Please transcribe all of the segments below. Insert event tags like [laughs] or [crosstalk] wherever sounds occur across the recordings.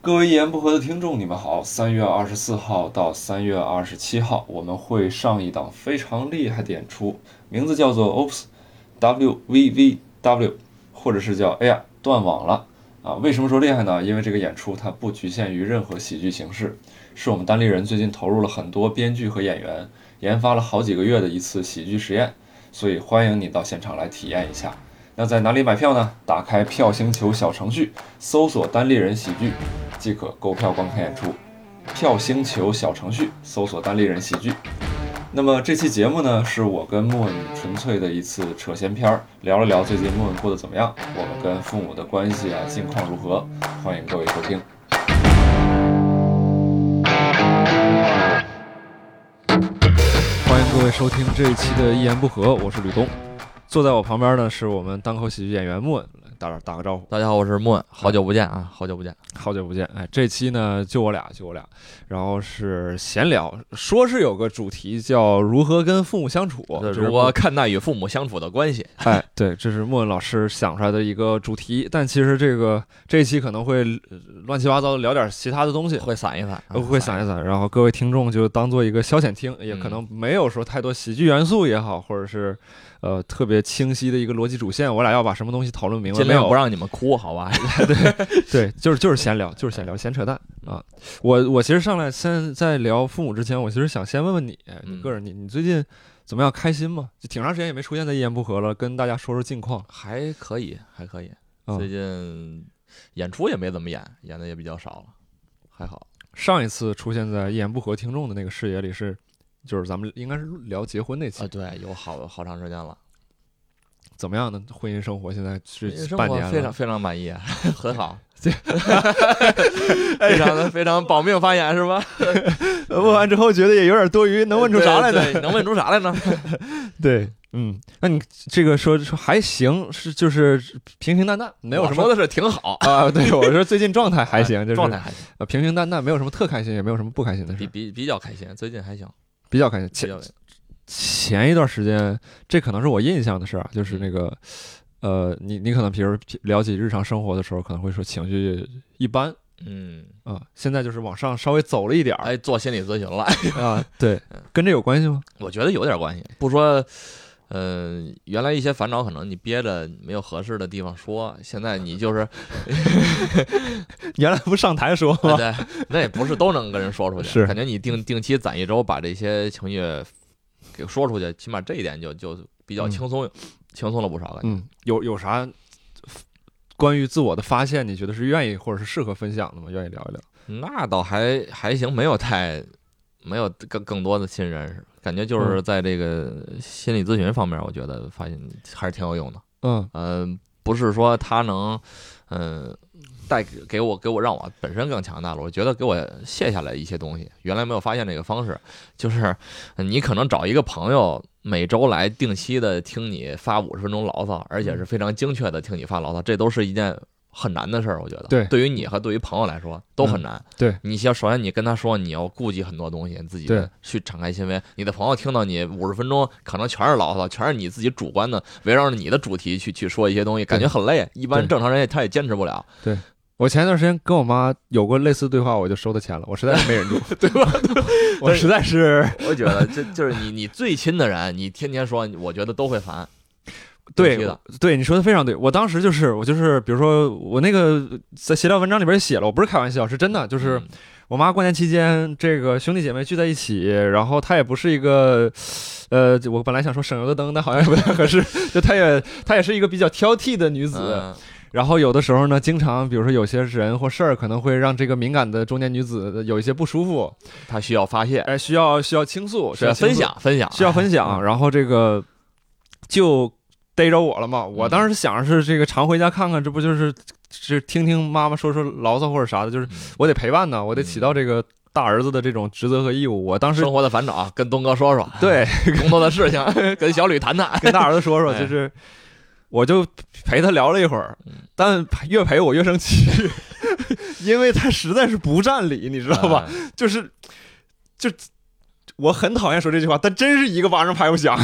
各位一言不合的听众，你们好。三月二十四号到三月二十七号，我们会上一档非常厉害的演出，名字叫做 Ops W V V W，或者是叫哎呀断网了啊。为什么说厉害呢？因为这个演出它不局限于任何喜剧形式，是我们单立人最近投入了很多编剧和演员，研发了好几个月的一次喜剧实验，所以欢迎你到现场来体验一下。那在哪里买票呢？打开票星球小程序，搜索“单立人喜剧”，即可购票观看演出。票星球小程序搜索“单立人喜剧”。那么这期节目呢，是我跟莫女纯粹的一次扯闲篇儿，聊了聊最近莫文过得怎么样，我们跟父母的关系啊，近况如何？欢迎各位收听。欢迎各位收听这一期的《一言不合》，我是吕东。坐在我旁边呢，是我们单口喜剧演员莫文，打打个招呼。大家好，我是莫，好久不见啊，好久不见。好久不见，哎，这期呢就我俩，就我俩，然后是闲聊，说是有个主题叫如何跟父母相处，这是如何看待与父母相处的关系？哎，对，这是莫文老师想出来的一个主题，但其实这个这一期可能会呃乱七八糟的聊点其他的东西，会散一啊散，嗯呃会散一散，然后各位听众就当做一个消遣听，也可能没有说太多喜剧元素也好，或者是呃特别清晰的一个逻辑主线，我俩要把什么东西讨论明白尽没量有不？让你们哭，好 [laughs] 吧？对，就是就是闲聊，就是闲聊，闲扯淡嗯啊！我我其实上来先在聊父母之前，我其实想先问问你，哎嗯个人你你最近怎么样？开心吗？就挺长时间也没出现在一言不合了，跟大家说说近况。还可以，还可以。嗯最近演出也没怎么演，演的也比较少了，还 [laughs] 好。上一次出现在一言不合听众的那个视野里是，就是咱们应该是聊结婚那期，啊，对，有好好长时间了，怎么样呢？婚姻生活现在是生半活年了，非常非常满意，很 [laughs] 好。 [laughs] 非常的非常保命发言是吧？呃问完之后觉得也有点多余， [laughs] 能问出啥来呢？呃对？对能问出啥来 [laughs] 呢？对，嗯，那你这个说说还行，是就是平平淡淡，没有我什么说的是挺好，啊，对，我说最近状态还行，就是状态还行，呃平平淡淡，没有什么特开心，也没有什么不开心的比事，比比较开心，最近还行，比较开心。比前较前一段时间，这可能是我印象的事儿啊，就是嗯那个，呃，你你可能比如聊起日常生活的时候，可能会说情绪一般嗯，啊、现在就是往上稍微走了一点儿哎，做心理咨询了。啊， [laughs] 对，跟这有关系吗？我觉得有点关系。不说，嗯、原来一些烦恼可能你憋着没有合适的地方说，现在你 [laughs] 就是，原来不上台说哎吗？对，那也不是都能跟人说出去。是感觉你定定期攒一周，把这些情绪给说出去，起码这一点就就比较嗯轻松，轻松了不少。感觉嗯，有有啥关于自我的发现，你觉得是愿意或者是适合分享的吗？愿意聊一聊？那倒还还行，没有太没有更更多的新认识，感觉嗯就是在这个心理咨询方面，我觉得发现还是挺有用的。嗯嗯，不是说他能，嗯、带给给我给我让我本身更强大了。我觉得给我卸下来一些东西，原来没有发现这个方式，就是呃你可能找一个朋友每周来定期的听你发五十分钟牢骚，而且是嗯非常精确的听你发牢骚，这都是一件。很难的事儿，我觉得对嗯于你和对于朋友来说都很难。对你先首先你跟他说，你要顾及很多东西，自己对去敞开心扉。你的朋友听到你五十分钟，可能全是牢骚，全是你自己主观的，围绕着你的主题去去说一些东西，感觉很累。一般对正常人也他也坚持不了，我前一段时间跟我妈有过类似对话，我就收她钱了，我实在是没忍住， [laughs] 对吧？我实在是我觉得这就是你你最亲的人，你天天说，我觉得都会烦。对定期的对，你说的非常对。我当时就是我就是，比如说我那个在闲聊文章里边也写了，我不是开玩笑，是真的。就是嗯我妈过年期间，这个兄弟姐妹聚在一起，然后她也不是一个，呃，我本来想说省油的灯，但好像也不太合适。 [laughs] 就她也她也是一个比较挑剔的女子，嗯然后有的时候呢，经常比如说有些人或事儿可能会让这个敏感的中年女子有一些不舒服，他需要发泄，哎，需要需要倾诉，需需要要倾分诉享分享，啊需要分哎嗯享，然后这个就逮着我了嘛。嗯我当时想是这个常回家看看，这不就是是听听妈妈说说牢骚或者啥的，就是嗯。我得陪伴呢，我得起到这个大儿子的这种职责和义务。我当时生活的烦恼，啊跟东哥说说；对工作的事情，跟小吕谈谈。跟大儿子说说， [laughs] 哎就是我就陪他聊了一会儿嗯，但越陪我越生气， [laughs] 因为他实在是不占理，你知道吧？嗯？就是 [laughs] 就我很讨厌说这句话，但真是一个巴掌拍不响。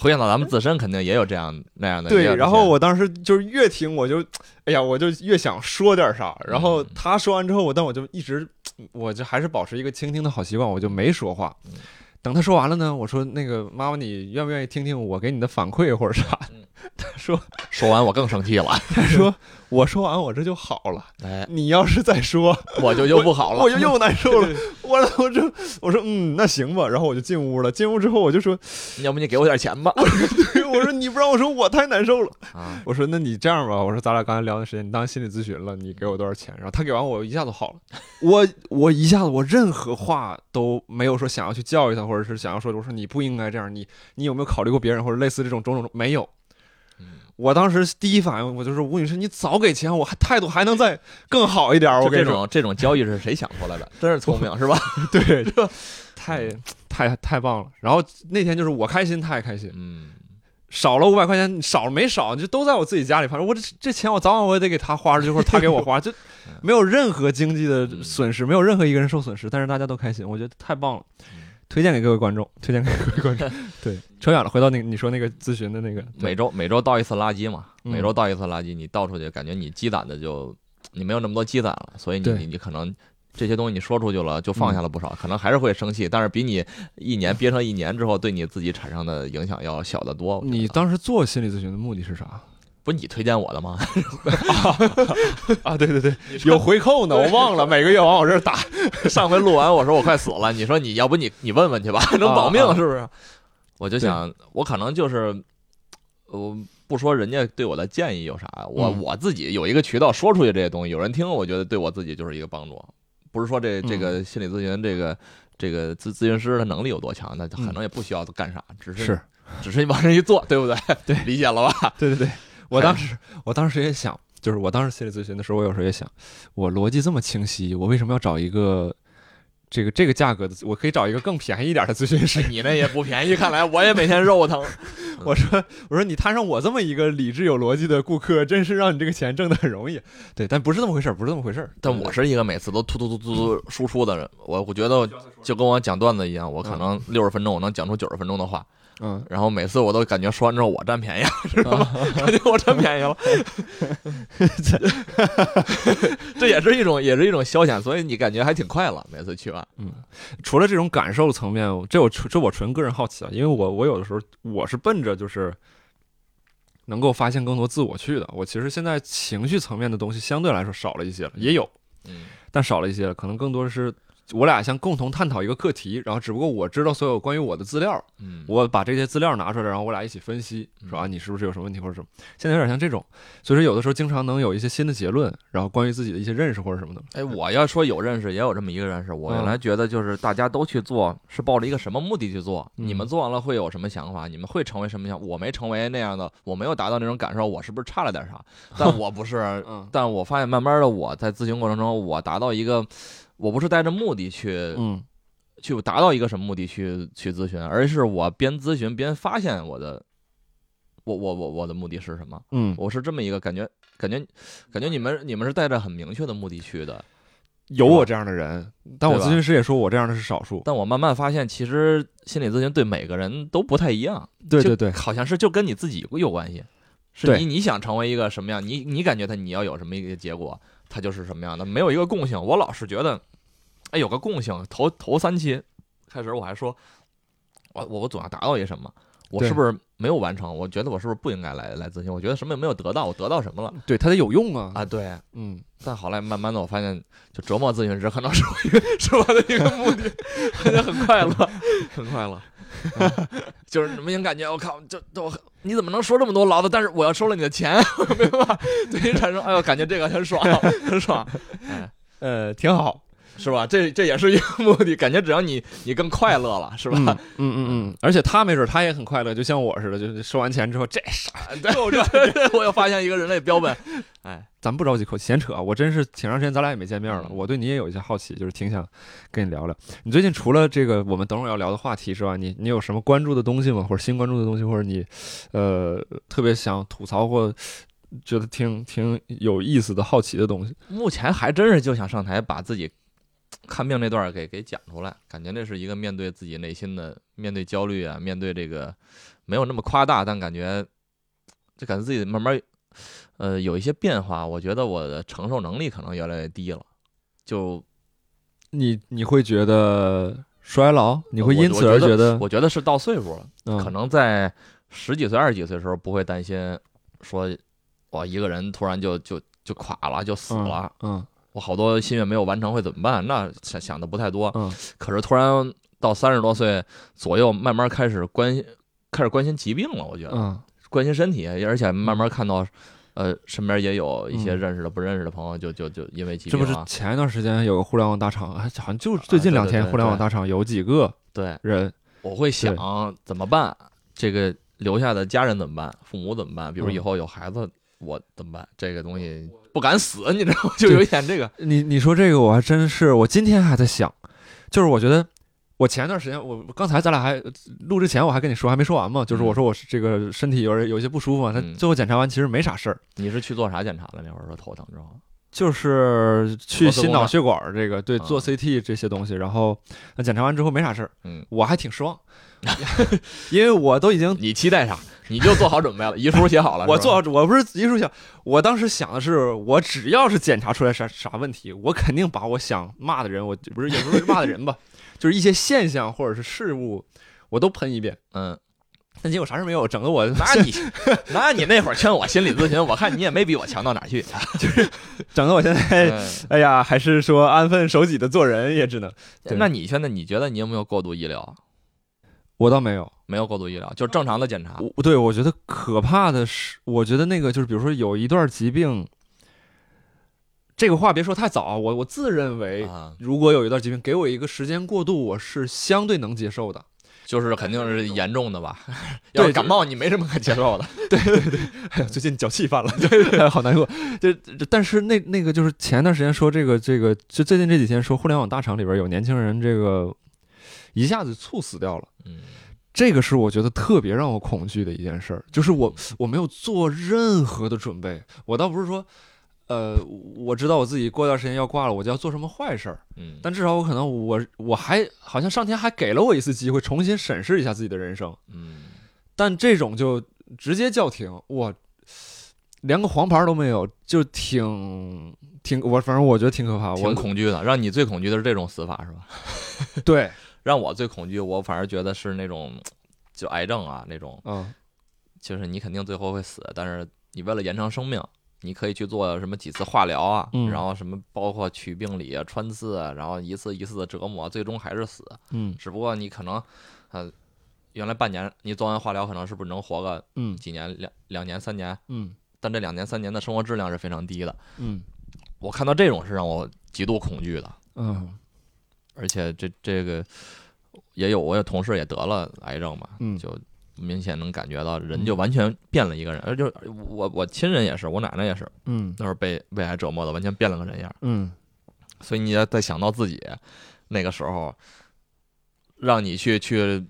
回想到咱们自身，肯定也有这样那样的。也有对，这然后些我当时就是越听我就，哎呀，我就越想说点啥。然后嗯他说完之后，我但我就一直，我就还是保持一个倾听的好习惯，我就没说话。嗯等他说完了呢，我说那个妈妈，你愿不愿意听听我给你的反馈或者啥嗯？他说说完我更生气了， [laughs] 他说嗯我说完我这就好了，哎，你要是再 [laughs] 说，我就又不好了，我就又难受 [laughs] 了。我我就我说嗯，那行吧。然后我就进屋了。进屋之后我就说， [laughs] 要不你给我点钱吧？我说你不让我说，我太难受了。啊，我说那你这样吧，我说咱俩刚才聊的时间，你当心理咨询了，你给我多少钱？然后他给完我一下子好了，我我一下子我任何话都没有说想要去教育他，或者是想要说我说你不应该这样，你你有没有考虑过别人或者类似这种种种没有嗯。我当时第一反应，我就说吴女士，你早给钱，我还态度还能再更好一点儿。我就跟这你说，种这种交易是谁想出来的？真是聪明是吧？ [laughs] 对，这太太太棒了。然后那天就是我开心，他也开心，嗯，少了五百块钱，少了没少，就都在我自己家里。反正我这这钱我早晚我也得给他花出去，或者他给我花， [laughs] 就没有任何经济的损失，没有任何一个人受损失，但是大家都开心，我觉得太棒了。推荐给各位观众，推荐给各位观 [laughs] 众。对，扯远了，回到那个你说那个咨询的那个，每周每周倒一次垃圾嘛，嗯每周倒一次垃圾，你倒出去，感觉你积攒的就你没有那么多积攒了，所以你对嗯你你可能。这些东西你说出去了，就放下了不少，可能还是会生气，但是比你一年憋上一年之后，对你自己产生的影响要小得多。我觉得你当时做心理咨询的目的是啥不是你推荐我的吗？ [laughs] 啊？对 [laughs] 对对，有回扣呢，我忘了， [laughs] 每个月往我这儿打。 [laughs] 上回录完，我说我快死了，你说你要不你你问问去 [laughs] 吧，能保命是不是？啊我就想，我可能就是，我不说人家对我的建议有啥，我嗯我自己有一个渠道说出去这些东西，有人听，我觉得对我自己就是一个帮助。不是说这这个心理咨询这个这个咨咨询师的能力有多强，那可能也不需要干啥，只嗯是是只是往这一坐，对不对？对， [laughs] 理解了 [laughs] 吧？对对对，我当时我当时也想，就是我当时心理咨询的时候，我有时候也想，我逻辑这么清晰，我为什么要找一个这个这个价格的？我可以找一个更便宜一点的咨询师。你那也不便宜，看来我也每天肉疼。我说我说你摊上我这么一个理智有逻辑的顾客，真是让你这个钱挣得很容易。对，但不是这么回事儿，不是这么回事儿。但我是一个每次都突突突突突输出的人，我我觉得就跟我讲段子一样，我可能六十分钟我能讲出九十分钟的话，嗯，然后每次我都感觉说完之后我占便宜了，知道吗？感觉我占便宜了， [laughs] 这也是一种也是一种消遣，所以你感觉还挺快乐，每次去完，除了这种感受层面，这我纯这我纯个人好奇啊，因为我我有的时候我是奔着就是能够发现更多自我去的。我其实现在情绪层面的东西相对来说少了一些了，也有。嗯但少了一些了，可能更多的是我俩想共同探讨一个课题，然后只不过我知道所有关于我的资料，嗯，我把这些资料拿出来，然后我俩一起分析，嗯说啊你是不是有什么问题或者什么，现在有点像这种，所以说有的时候经常能有一些新的结论，然后关于自己的一些认识或者什么的，哎，我要说有认识，也有这么一个认识。嗯我原来觉得就是大家都去做，是抱着一个什么目的去做？嗯，你们做完了会有什么想法？你们会成为什么样？我没成为那样的，我没有达到那种感受，我是不是差了点啥？但我不是 [laughs] 嗯但我发现慢慢的我在咨询过程中，我达到一个，我不是带着目的去嗯去达到一个什么目的去去咨询，而是我边咨询边发现我的，我我我我的目的是什么？嗯，我是这么一个感觉，感觉感觉你们你们是带着很明确的目的去的。有我这样的人，但我对吧咨询师也说我这样的是少数，但我慢慢发现，其实心理咨询对每个人都不太一样。对就对对，好像是就跟你自己有关系，是对你你想成为一个什么样，你你感觉他你要有什么一个结果，他就是什么样的，没有一个共性。我老是觉得，哎，有个共性。头头三期开始我还说，我我我总要达到一什么。我对是不是没有完成？我觉得我是不是不应该来来咨询？我觉得什么也没有得到，我得到什么了 [laughs] 对他得有用啊，啊？对，嗯，但后来慢慢的，我发现，就折磨咨询师可能是我一个 [laughs] 是我的一个目的，感觉很快乐，很快乐，嗯就是明显感觉我靠，就就我你怎么能说这么多牢的？但是我要收了你的钱， [laughs] 明白吧？对你产生哎呦，感觉这个很爽，很爽，哎，呃，挺好，是吧？这这也是一个目的，感觉只要你你更快乐了，是吧？嗯嗯嗯嗯，而且他没准他也很快乐，就像我似的，就是收完钱之后，这傻对，我对对， [laughs] 我又发现一个人类标本，哎，咱不着急口闲扯啊，我真是挺长时间咱俩也没见面了，嗯我对你也有一些好奇，就是挺想跟你聊聊。你最近除了这个我们等会儿要聊的话题之外，你你有什么关注的东西吗？或者新关注的东西，或者你呃特别想吐槽或觉得挺挺有意思的好奇的东西？目前还真是就想上台把自己看病那段儿给给讲出来，感觉那是一个面对自己内心的，面对焦虑啊，面对这个没有那么夸大，但感觉就感觉自己慢慢呃有一些变化。我觉得我的承受能力可能越来越低了，就你你会觉得衰老，你会我因我此而觉得得我觉得是到岁数了。嗯可能在十几岁、二十几岁的时候不会担心说，我一个人突然就就就垮了，就死了，嗯我好多心愿没有完成会怎么办？那想想的不太多。嗯可是突然到三十多岁左右，慢慢开始关心，开始关心疾病了。我觉得、嗯关心身体，而且慢慢看到。呃，身边也有一些嗯认识的、不认识的朋友就，就就因为疾这病、不啊，是前一段时间有个互联网大厂，哎好像就是最近啊对两对天对互联网对大厂有几个对，人，我会想怎么办？这个留下的家人怎么办？父母怎么办？比如嗯以后有孩子，我怎么办？这个东西不敢死，你知道吗？就有一点这个，你你说这个我还真是，我今天还在想，就是我觉得。我前段时间，我我刚才咱俩还录之前，我还跟你说还没说完嘛，就是我嗯说我是这个身体有点有一些不舒服嘛，他嗯最后检查完其实没啥事儿，你是去做啥检查了？那会儿说头疼之后，就是去核磁心共脑振血管儿这个，对，啊做 CT 这些东西，然后那检查完之后没啥事儿，嗯，我还挺失望， [laughs] 因为我都已 [laughs] 经你期待啥？你就做好准备了，遗书写好了，我是吧做，我啊不是一术想，我当时想的是，我只要是检查出来啥啥问题，我肯定把我想骂的人，我不是也不是骂的人吧， [laughs] 就是一些现象或者是事物，我都喷一遍。嗯，但结果啥事没有，整的我那 [laughs] 你那你那会儿劝我心理咨询，我看你也没比我强到哪儿 [laughs] 去。整的我现在，嗯 [laughs] 哎呀，还是说安分守己的做人也只能。对那你现在你觉得你有没有过度医疗？我倒没有，没有过度医疗，就是正常的检查。我对我觉得可怕的是，我觉得那个就是，比如说有一段疾病，这个话别说太早啊，我我自认为。啊，如果有一段疾病给我一个时间过渡，我是相对能接受的。就是肯定是严重的 [laughs] 吧？对要是就感冒，你没什么可接 [laughs] 受的。哎呀 [laughs] 最近脚气犯了，对，好难过。就就但是那那个就是前段时间说这个这个，就最近这几天说互联网大厂里边有年轻人这个一下子猝死掉了，嗯，这个是我觉得特别让我恐惧的一件事儿，就是我我没有做任何的准备，我倒不是说。呃，我知道我自己过段时间要挂了，我就要做什么坏事儿。嗯，但至少我可能我我还好像上天还给了我一次机会，重新审视一下自己的人生。嗯，但这种就直接叫停，哇，连个黄牌都没有，就挺挺我反正我觉得挺可怕，我嗯挺恐惧的。让你最恐惧的是这种死法是吧？对，让我最恐惧，我反而觉得是那种就癌症啊那种，嗯就是你肯定最后会死，但是你为了延长生命，你可以去做什么几次化疗啊，嗯然后什么包括取病理啊、穿刺啊，然后一次一次的折磨，最终还是死。嗯只不过你可能，呃，原来半年你做完化疗，可能是不是能活个嗯几年、两两年、三年？嗯但这两年、三年的生活质量是非常低的。嗯我看到这种是让我极度恐惧的。嗯而且这这个也有，我有同事也得了癌症嘛，嗯就明显能感觉到人嗯就完全变了一个人，而就是我我亲人也是，我奶奶也是，嗯那会儿被胃癌折磨的，完全变了个人样儿。嗯所以你要再想到自己那个时候，让你去去，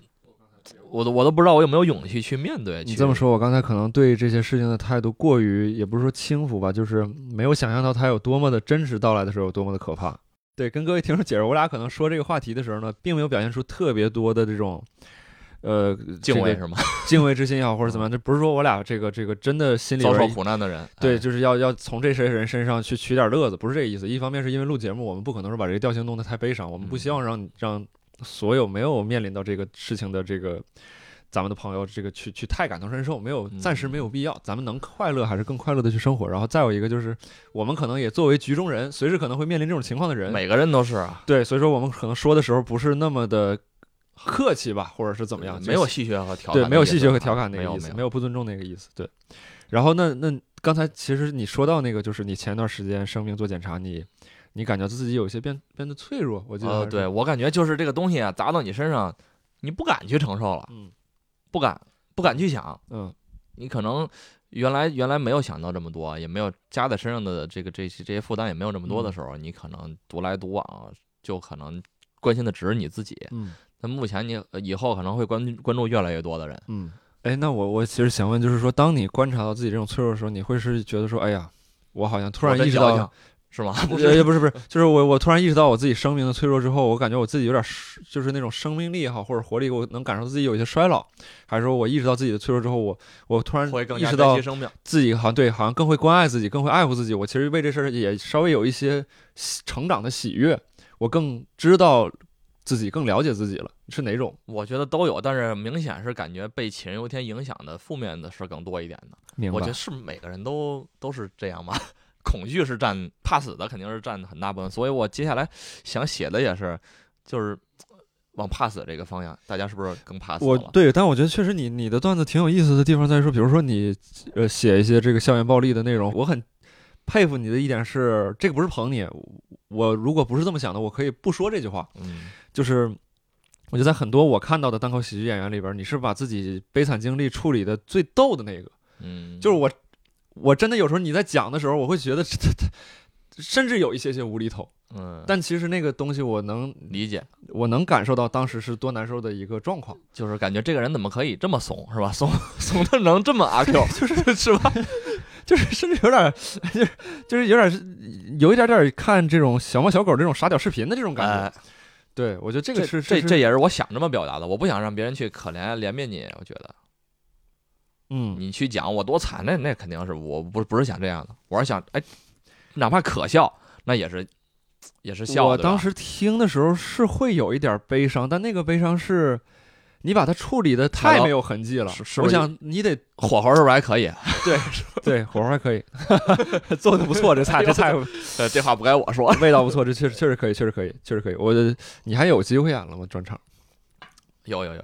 我都我都不知道我有没有勇气去面对。你去这么，说，我刚才可能对这些事情的态度过于，也不是说轻浮吧，就是没有想象到它有多么的真实到来的时候有多么的可怕。对，跟各位听众解释，我俩可能说这个话题的时候呢，并没有表现出特别多的这种，呃，敬这畏个是吗？敬畏之心也好，或者怎么样，这不是说我俩这个这个真的心里嗯遭边受一苦难的人，对，哎就是要要从这些人身上去取点乐子，不是这个意思。一方面是因为录节目，我们不可能说把这个调性弄得太悲伤，我们不嗯希望让你让所有没有面临到这个事情的这个咱们的朋友，这个去去太感同身受，没有嗯暂时没有必要。咱们能快乐还是更快乐的去生活。然后再有一个就是，我们可能也作为局中人，随时可能会面临这种情况的人，每个人都是啊，对，所以说我们可能说的时候不是那么的客气吧，或者是怎么样，没有戏谑和调侃的意思啊，对，没有戏谑和调侃那没个有意思，没没有不尊重那个意思。对，然后那那刚才其实你说到那个，就是你前段时间生病做检查，你你感觉自己有些变变得脆弱，我记得、呃，对，我感觉就是这个东西啊，砸到你身上，你不敢去承受了，嗯不敢不敢去想，嗯你可能原来原来没有想到这么多，也没有加在身上的这个这些这些负担也没有这么多嗯的时候，你可能独来独往，就可能关心的只是你自己。嗯那目前你呃以后可能会关注关注越来越多的人，嗯，哎，那我我其实想问，就是说，当你观察到自己这种脆弱的时候，你会是觉得说，哎呀，我好像突然我真意识矫到呃情，是 [laughs] 吗？不是，也不是，不是，就是我，我突然意识到我自己生命的脆弱之后，我感觉我自己有点失，就是那种生命力也好，或者活力，我能感受自己有一些衰老，还是说我意识到自己的脆弱之后，我我突然会更意加识珍到惜生命。自己好像对，好像更会关爱自己，更会爱护自己。我其实为这事儿也稍微有一些喜成长的喜悦，我更知道自己，更了解自己了，是哪种？我觉得都有，但是明显是感觉被杞人忧天影响的负面的事儿更多一点的。明我觉得是每个人都都是这样吧。恐惧是占怕死的，肯定是占很大部分。所以我接下来想写的也是，就是往怕死这个方向。大家是不是更怕死我了？对，但我觉得确实你你的段子挺有意思的地方在于说，比如说你呃写一些这个校园暴力的内容，我很佩服你的一点是，这个不是捧你，我如果不是这么想的，我可以不说这句话。嗯，就是我觉得在很多我看到的单口喜剧演员里边，你是把自己悲惨经历处理的最逗的那个，嗯，就是我我真的有时候你在讲的时候，我会觉得 [laughs] 甚至有一些些无厘头，嗯，但其实那个东西我能理解，我能感受到当时是多难受的一个状况。 [laughs] 就是感觉这个人怎么可以这么怂，是吧？怂怂的能这么 [laughs] 阿 Q，就是是吧？就是甚至有点儿，就是就是有点儿有一点点儿看这种小猫小狗这种傻屌视频的这种感觉。哎，对，我觉得这个这是这是这也是我想这么表达的，我不想让别人去可怜怜悯你。我觉得嗯，你去讲我多惨，那那肯定是我不不是想这样的，我是想哎，哪怕可笑，那也是也是笑。我对吧当时听的时候是会有一点儿悲伤，但那个悲伤是。你把它处理的太没有痕迹了，是是我不是想你 [laughs] 得火候是不是还 [laughs] 可以？对火候还 [laughs] 可以，哎做的不错，这菜这菜呃，这话不该我说，味道不错，这确实确实可以，确实可以，确实可以。我你还有机会演了吗？专场有有有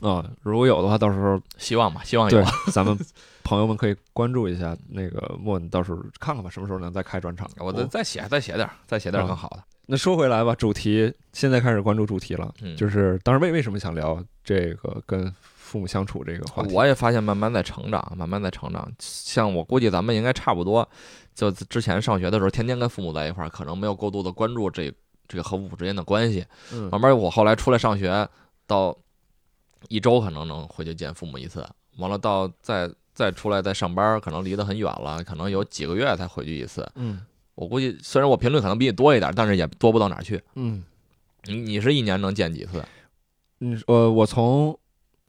有，啊、如果有的话，到时候希望吧，希望有对。，咱们朋友们可以关注一下那个莫，你到时候看看吧，什么时候能再开专场？我再再写再写点儿，再写点儿更好的。那说回来吧，主题现在开始关注主题了，嗯就是当时为为什么想聊这个跟父母相处这个话题？我也发现慢慢在成长，慢慢在成长。像我估计咱们应该差不多，就之前上学的时候，天天跟父母在一块儿，可能没有过度的关注这这个和父母之间的关系。嗯慢慢我后来出来上学，到一周可能能回去见父母一次，完了到再再出来再上班，可能离得很远了，可能有几个月才回去一次。嗯我估计虽然我频率可能比你多一点，但是也多不到哪儿去。嗯，你你是一年能见几次？你呃，我从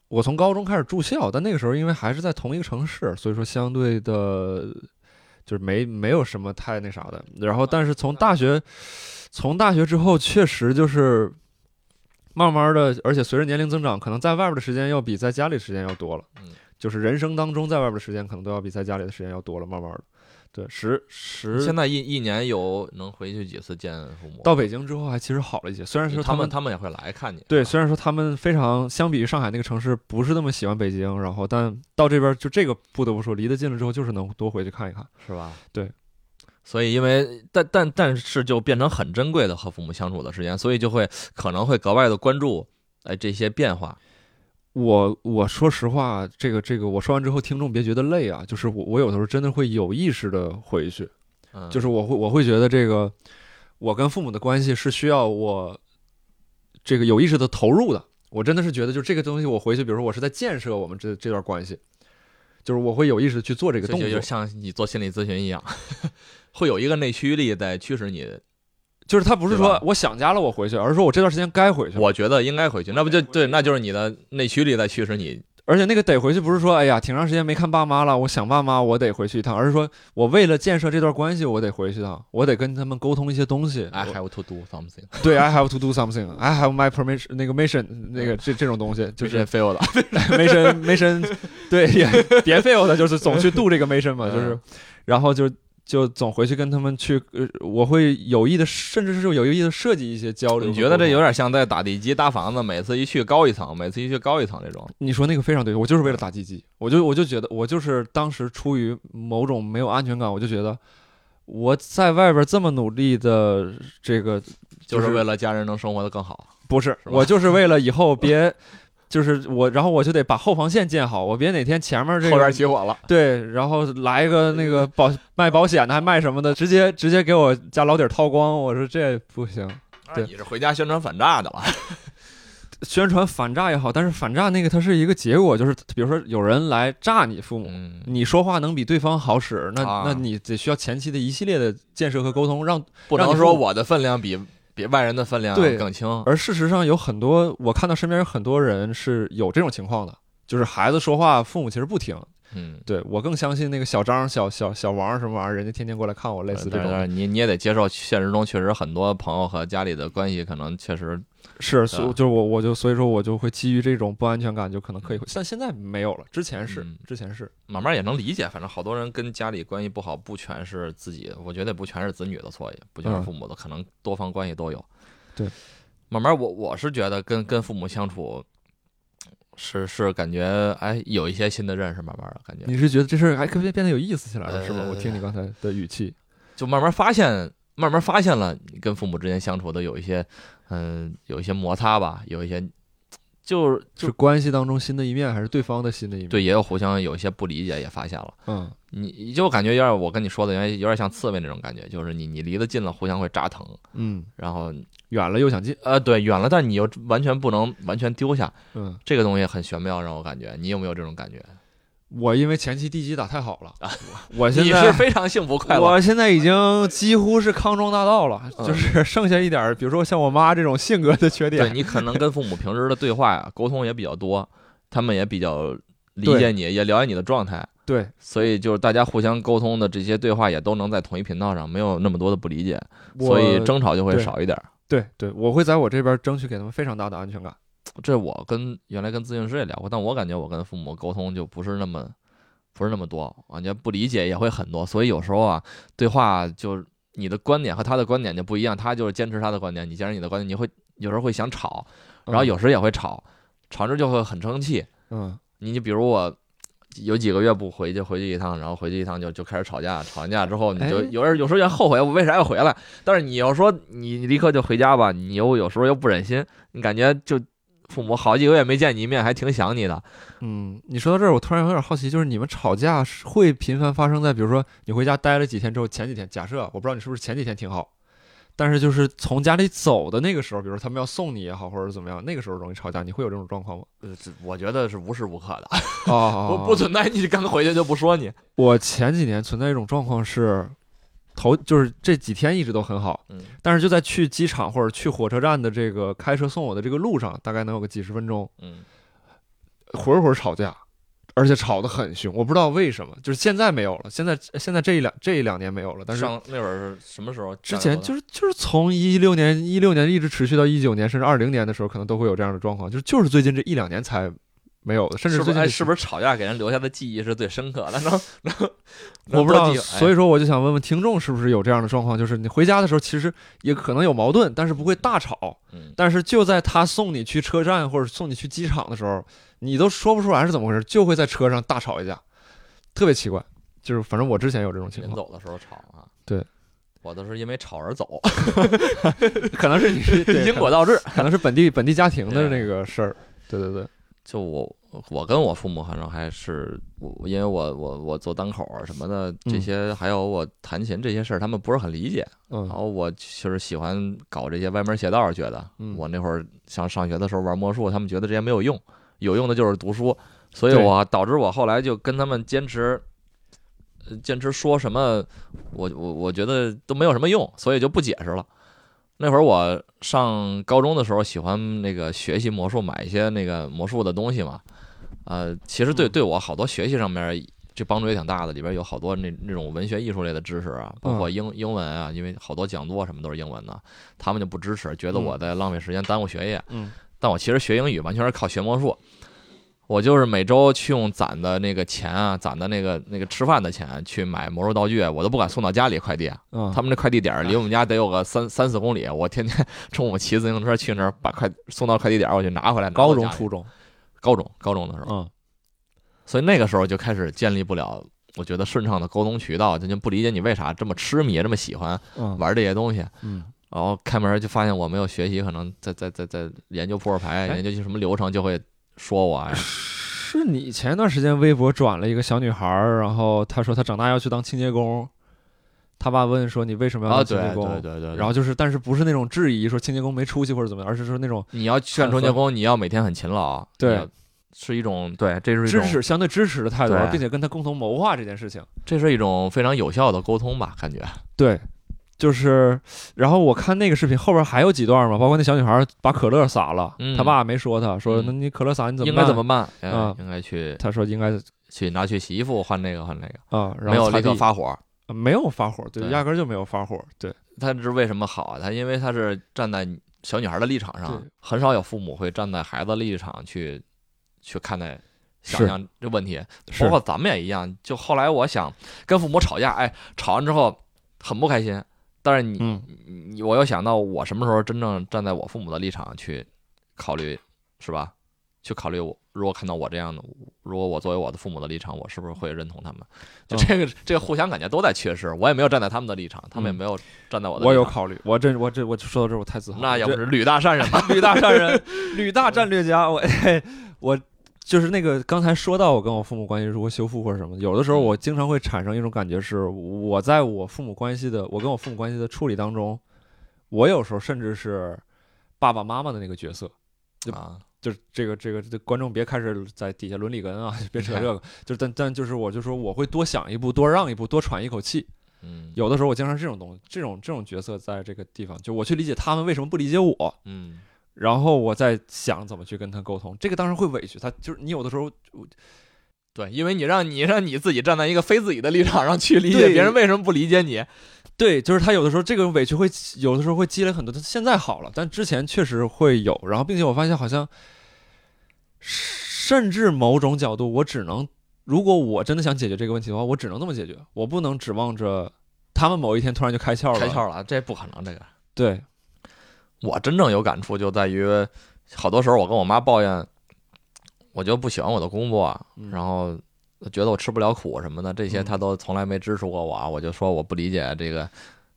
我从高中开始住校，但那个时候因为还是在同一个城市，所以说相对的，就是没没有什么太那啥的。然后，但是从大学从大学之后，确实就是慢慢的，而且随着年龄增长，可能在外边的时间要比在家里时间要多了。嗯，就是人生当中在外边的时间可能都要比在家里的时间要多了，慢慢的。对，十十现在一一年有能回去几次见父母？到北京之后还其实好了一些，虽然说他们们他们也会来看你。对，虽然说他们非常相比于上海那个城市不是那么喜欢北京，然后但到这边就这个不得不说，离得近了之后就是能多回去看一看。是吧？对。所以，因为但但但是就变成很珍贵的和父母相处的时间，所以就会可能会格外的关注哎这些变化。我我说实话，这个这个我说完之后，听众别觉得累啊，就是我我有的时候真的会有意识的回去，嗯，就是我会我会觉得这个我跟父母的关系是需要我这个有意识的投入的。我真的是觉得，就这个东西，我回去，比如说我是在建设我们这这段关系，就是我会有意识的去做这个就动就作就。像你做心理咨询一样， [laughs] 会有一个内驱力在驱使你。就是他不是对说吧我想家了我回去，而是说我这段时间该回去了。我觉得应该回去，那不就对？那就是你的内驱力在驱使你。而且那个得回去不是说哎呀挺长时间没看爸妈了，我想爸妈，我得回去一趟，而是说我为了建设这段关系，我得回去一趟，我得跟他们沟通一些东 [laughs] 西。哎 I have to do [laughs] something，我对，I have to do something，I have my permission 那个 mission 那个这这种东 [laughs] 西就是 fail 的。 [laughs] mission [laughs] mission，对，也别 fail 的，就是总去 do 这个 mission 嘛，就是嗯，然后就。就总回去跟他们去，呃，我会有意的，甚至是有意的设计一些交流。你觉得这有？点像在打地基搭房子，每次一去高一层，每次一去高一层这种。你说那个非常对，我就是为了打鸡鸡，我就我就觉得我就是当时出于某种没有安全感，我就觉得我在外边这么努力的这个就就是是为了家人能生活的更好。不是，是吧我就是为了以后别就是我，然后我就得把后防线建好，我别哪天前面这后边个起火了，对，然后来一个那个保卖保险的还卖什么的，直接直接给我家老底儿掏光，我说这不行。对你是回家宣传反诈的了。宣传反诈也好，但是反诈那个它是一个结果，就是比如说有人来诈你父母，嗯，你说话能比对方好使，那、啊那你得需要前期的一系列的建设和沟通，让不让能你说父母我的分量比比外人的分量对更轻。而事实上有很多我看到身边有很多人是有这种情况的，就是孩子说话父母其实不听，嗯，对我更相信那个小张、小小小王什么玩意儿，人家天天过来看我，类似这但种是你你也得接受，现实中确实很多朋友和家里的关系可能确实是，所对吧就是我我就所以说我就会基于这种不安全感，就可能可以，但现在没有了，之前是嗯之前是，慢慢也能理解。反正好多人跟家里关系不好，不全是自己，我觉得也不全是子女的错，也不全是嗯父母的，可能多方关系都有。对，慢慢我我是觉得跟跟父母相处。是是，感觉哎，有一些新的认识，慢慢的感觉你是觉得这事儿还可变变得有意思起来了，是吧？呃我听你刚才的语气，就慢慢发现，慢慢发现了你跟父母之间相处的有一些，嗯、有一些摩擦吧，有一些，就是就是关系当中新的一面，还是对方的新的一面？对，，也有互相有一些不理解，也发现了。嗯，你你就感觉有点我跟你说的，原来有点像刺猬那种感觉，就是你你离得近了，互相会扎疼，嗯，然后远了又想近，呃对远了，但你又完全不能完全丢下，嗯，这个东西很玄妙，让我感觉你有没有这种感觉？ [laughs] 我因为前期地基打太好了，我我现啊 [laughs] 你在是非常幸福快乐，我现在已经几乎是康庄大道了，嗯就是剩下一点儿，比如说像我妈这种性格的缺对点，你可能跟父母平时的对话呀、沟通也比较多，他们也比较理对解你，也了解你的状态。对所以就是大家互相沟通的这些对话也都能在同一频道上，没有那么多的不理解，我所以争吵就会对少一点儿。对对，我会在我这边争取给他们非常大的安全感。这我跟原来跟咨询师也聊过，但我感觉我跟父母沟通就不是那么不是那么多，我感觉不理解也会很多，所以有时候啊，对话就是你的观点和他的观点就不一样，他就是坚持他的观点，你坚持你的观点，你会有时候会想吵，然后有时也会吵，吵着就会很生气。嗯你你比如我。有几个月不回去，回去一趟，然后回去一趟就就开始吵架，吵完架之后你就哎有点有时候也后悔我为啥要回来，但是你要说你你立刻就回家吧，你又有时候又不忍心，你感觉就父母好几个月没见你一面，还挺想你的。嗯，你说到这儿，我突然有点好奇，就是你们吵架是会频繁发生在，比如说你回家待了几天之后，前几天，假设我不知道你是不是前几天挺好，但是就是从家里走的那个时候，比如说他们要送你也好，或者怎么样，那个时候容易吵架，你会有这种状况吗？呃，这我觉得是无时无刻的，哦不 [laughs] 不存在你刚回去就不说你。我前几年存在一种状况是，头就是这几天一直都很好，嗯但是就在去机场或者去火车站的这个开车送我的这个路上，大概能有个几十分钟，嗯，会儿会儿吵架，而且吵得很凶，我不知道为什么，就是现在没有了，现在现在这一两这一两年没有了，但是上那会儿是什么时候？之前就是是就是从一六年一六年一直持续到一九年甚至二零年的时候，可能都会有这样的状况，就是就是最近这一两年才没有的，甚至是不最是近哎这是不是吵架给人留下的记忆是最深刻的？ [laughs] 能能，能我不知道多，记所以说我就想问问听众是不是有这样的状况，就是你回家的时候其实也可能有矛盾，但是不会大吵，哎嗯但是就在他送你去车站或者送你去机场的时候，你都说不出来是怎么回事，就会在车上大吵一架，特别奇怪。就是反正我之前有这种情临况，走的时候吵啊。对，我都是因为吵而走， [laughs] 可能是你是 [laughs] 对因果倒置。可能可能是本 [laughs] 地本地家庭的对那个事儿。对对对，就我我跟我父母反正还是我，因为我我我做单口啊什么的嗯这些，还有我弹琴这些事儿，他们不是很理解。然嗯后我就是喜欢搞这些歪门邪道，觉得嗯我那会儿像上学的时候玩魔术，他们觉得这些没有用，有用的就是读书，所以对我导致我后来就跟他们坚持。呃坚持说什么，我我我觉得都没有什么用，所以就不解释了。那会儿我上高中的时候，喜欢那个学习魔术，买一些那个魔术的东西嘛。呃，其实对嗯对我好多学习上面这帮助也挺大的，里边有好多那那种文学艺术类的知识啊，包嗯括英英文啊，因为好多讲座什么都是英文的，他们就不支持，觉得我在浪费时间耽误学业。嗯，但我其实学英语完全是靠学魔术，我就是每周去用攒的那个钱啊，攒的那个那个吃饭的钱去买魔术道具，我都不敢送到家里快递啊。嗯他们那快递点儿离我们家得有个三三四公里，我天天 [laughs] 中午骑自行车去那儿把快送到快递点儿，我就拿回来。拿到高家中、里初中，高中高中的时候，嗯所以那个时候就开始建立不了我觉得顺畅的沟通渠道，就就不理解你为啥这么痴迷，这么喜欢嗯玩这些东西。嗯，然后开门就发现我没有学习，可能在在在在研究扑克牌，哎研究些什么流程，就会说我哎是你前一段时间微博转了一个小女孩儿，然后她说她长大要去当清洁工，他爸问说你为什么要啊，当清对洁对工？对对对，然后就是，但是不是那种质疑说清洁工没出息或者怎么样，而是说那种你要干清洁工，你要每天很勤劳，啊对你要，是一种对，这是一支种，持相对支持的态度，对而并且跟他共同谋划这件事情。这是一种非常有效的沟通吧，感觉对，就是，然后我看那个视频后边还有几段嘛，包括那小女孩把可乐洒了，嗯她爸没说她，说嗯那你可乐洒你怎么应该办怎么？办？啊嗯，应该去她说应该去拿去洗衣服换那个换那个，啊，然没有后立擦刻地发火。没有发火，对，对压根儿就没有发火，对，他这是为什么好啊？他因为他是站在小女孩的立场上对，很少有父母会站在孩子的立场去去看待。是想象这问题，是包括咱们也一样。就后来我想跟父母吵架，哎，吵完之后很不开心，但是你嗯，你我又想到我什么时候真正站在我父母的立场去考虑，是吧？去考虑我如果看到我这样的，如果我作为我的父母的立场，我是不是会认同他们？就嗯这个、这个互相感觉都在缺失，我也没有站在他们的立场，他们也没有站在我的嗯立场。我有考虑，我这我这我说到这儿我太自豪了，那要这不是吕大善人吧？吕大善 [laughs] 人，吕大战略家，我、嘿我就是那个刚才说到我跟我父母关系如何修复或者什么的，有的嗯时候我经常会产生一种感觉是，我在我父母关系的，我跟我父母关系的处理当中，我有时候甚至是爸爸妈妈的那个角色。啊， [laughs] 就是这个这个，这观众别开始在底下伦理哏啊，别扯这个。就是但但就是，我就说我会多想一步，多让一步，多喘一口气。嗯，有的时候我经常是这种东西，这种这种角色在这个地方，就我去理解他们为什么不理解我。嗯，然后我再想怎么去跟他沟通。这个当然会委屈他，就是你有的时候对，因为你让你让你自己站在一个非自己的立场上去理解对别人为什么不理解你，对，就是他有的时候这个委屈会有的时候会积累很多。他现在好了，但之前确实会有。然后并且我发现好像，甚至某种角度，我只能如果我真的想解决这个问题的话，我只能这么解决，我不能指望着他们某一天突然就开窍了。开窍了，啊这不可能，这个。对，我真正有感触就在于，好多时候我跟我妈抱怨，我就不喜欢我的工作，啊嗯然后觉得我吃不了苦什么的，这些嗯她都从来没支持过我啊。我就说我不理解这个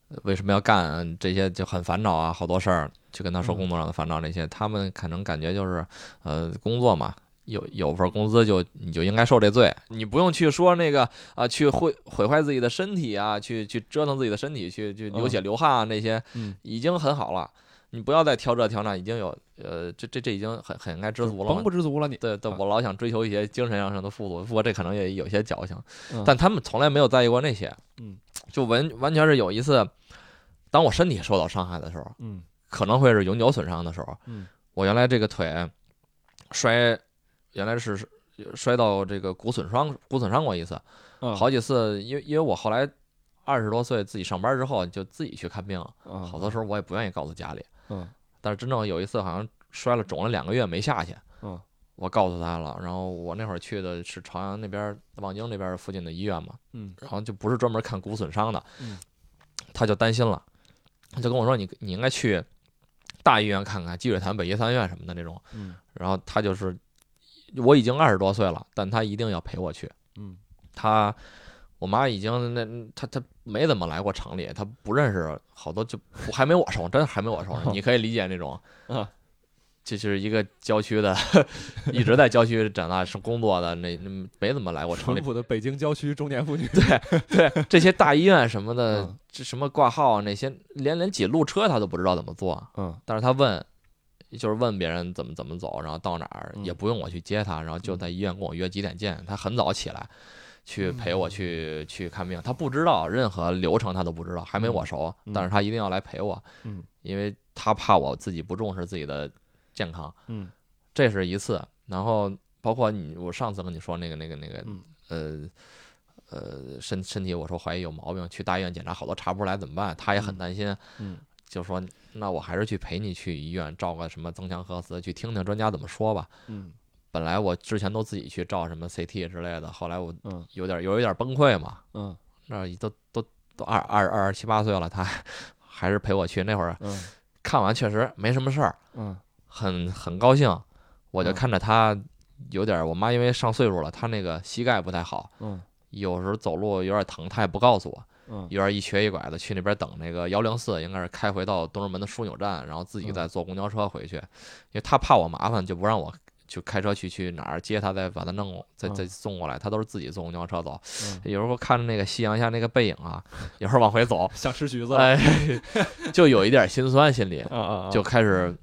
呃为什么要干这些，就很烦恼啊，好多事儿就跟她说嗯工作上的烦恼那些，他们可能感觉就是呃工作嘛。有有份工资就你就应该受这罪，你不用去说那个啊、去毁毁坏自己的身体啊，去去折腾自己的身体，去去流血流汗啊那些，嗯，已经很好了。你不要再挑这挑那，已经有呃，这这这已经很很应该知足了甭嘛不。知足了你。对对，啊我老想追求一些精神上的富足，不过这可能也有些矫情嗯，但他们从来没有在意过那些。嗯，就完完全是有一次，当我身体受到伤害的时候，嗯可能会是永久损伤的时候，嗯，我原来这个腿摔，原来是摔到这个骨损伤，骨损伤过一次，嗯好几次，因为因为我后来二十多岁自己上班之后就自己去看病，嗯好多时候我也不愿意告诉家里，嗯但是真正有一次好像摔了肿了两个月没下去，嗯，我告诉他了，然后我那会儿去的是朝阳那边儿望京那边儿附近的医院嘛，嗯然后就不是专门看骨损伤的，嗯他就担心了，他就跟我说你你应该去大医院看看，积水潭、北医三院什么的那种，嗯然后他就是我已经二十多岁了，但他一定要陪我去，嗯他我妈已经那她她没怎么来过城里，她不认识好多就不还没我熟，真的还没我熟呢你可以理解那种啊，这就是一个郊区的， [laughs] 一直在郊区长大是工作的，那那没怎么来过城淳 [laughs] 里。朴的北京郊区中年妇女。对这些大医院什么的嗯，这什么挂号啊那些，连连挤路车他都不知道怎么做，嗯但是他问。就是问别人怎么怎么走，然后到哪儿嗯也不用我去接他，然后就在医院跟我约几点见。他很早起来，去陪嗯我去去看病，他不知道任何流程，他都不知道，还没我熟，嗯但是他一定要来陪我，嗯因为他怕我自己不重视自己的健康，嗯这是一次。然后包括你，我上次跟你说那个那个那个嗯，呃呃身身体，我说怀疑有毛病，去大医院检查好多查不出来怎么办，他也很嗯担心，嗯就说那我还是去陪你去医院照个什么增强核磁，去听听专家怎么说吧。嗯本来我之前都自己去照什么 CT 之类的，后来我嗯有点有一点崩溃嘛，嗯那都都都二二二十七八岁了，他 [laughs] 还还是陪我去。那会儿嗯看完确实没什么事儿，嗯很很高兴。我就嗯看着他有点儿，我妈因为上岁数了，她那个膝盖不太好，嗯有时候走路有点疼，她也不告诉我，嗯有点一瘸一拐的去那边等那个幺零四，应该是开回到东直门的枢纽站，然后自己再坐公交车回去，因为她怕我麻烦，就不让我去开车去去哪儿接他，再把他弄再再送过来，他都是自己坐公交车走。有时候看着那个夕阳下那个背影啊，有时候往回走，想吃橘子 [laughs] 了，哎，就有一点心酸，心里啊啊啊！就开始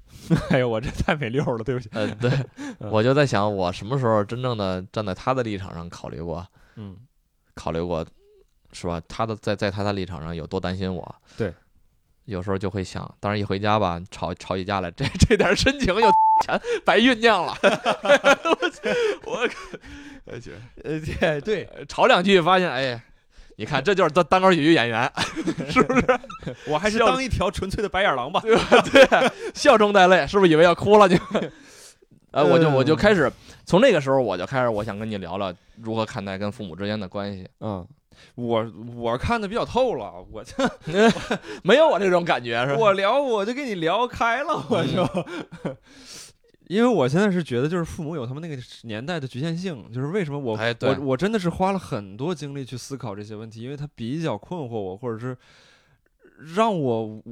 哎呦，我这太没溜儿了，对不起。呃，对，我就在想，我什么时候真正的站在他的立场上考虑过，嗯，考虑过，是吧？他的在在他的立场上有多担心我？对，有时候就会想，当然一回家吧，吵吵起架 [laughs] 来，这这点深情就 [laughs] 全白酝酿了。我我去，呃，对对，呃吵两句发现，哎，你看这就是单单口喜剧演员， [laughs] 是不是？我还是笑当一条纯粹的白眼狼吧。笑中带泪，是不是以为要哭了就？ [laughs] 哎，我就我嗯就开始从那个时候我就开始，我想跟你聊聊如何看待跟父母之间的关系。嗯，我我看的比较透了，我没有我这种感觉是 [laughs] 吧？我聊我就跟你聊开了，我就。嗯 [laughs] 因为我现在是觉得，就是父母有他们那个年代的局限性，就是为什么我、哎对我我真的是花了很多精力去思考这些问题，因为他比较困惑我，或者是让我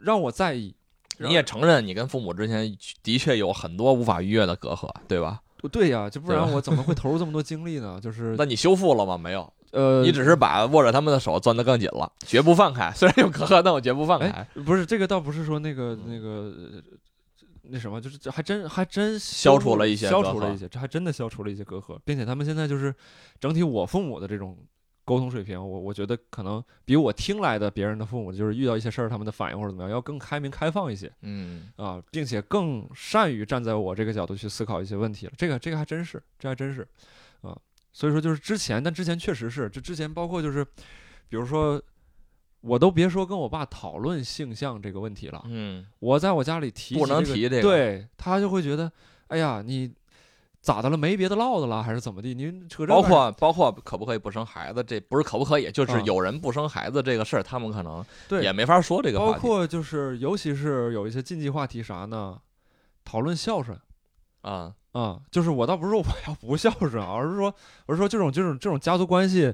让我在意。你也承认你跟父母之间的确有很多无法逾越的隔阂，对吧？对呀、就不然对吧我怎么会投入这么多精力呢？就是 [laughs] 那你修复了吗？没有，呃，你只是把握着他们的手攥得更紧了，绝不放开。 [laughs] 虽然有隔阂，但我绝不放开哎。，不是这个，倒不是说那个那个呃那什么，就是这还真还真消除除了一些消隔除了阂一些，这还真的消除了一些隔阂，并且他们现在就是整体我父母的这种沟通水平，我我觉得可能比我听来的别人的父母就是遇到一些事儿，他们的反应或者怎么样，要更开明开放一些嗯，啊，并且更善于站在我这个角度去思考一些问题了。这个这个还真是，这还真是啊，所以说就是之前，但之前确实是，这之前包括就是比如说。我都别说跟我爸讨论性向这个问题了，嗯，我在我家里提起不能这个提这个对他就会觉得，哎呀，你咋的了？没别的唠的了，还是怎么地？您扯这包玩意儿括包括可不可以不生孩子，这不是可不可以，就是嗯有人不生孩子这个事儿，他们可能对也没法说这个包话题括就是，尤其是有一些禁忌话题啥呢？讨论孝顺啊。啊、就是我倒不是说我要不孝顺啊，而是说，而是说这种这种这种家族关系，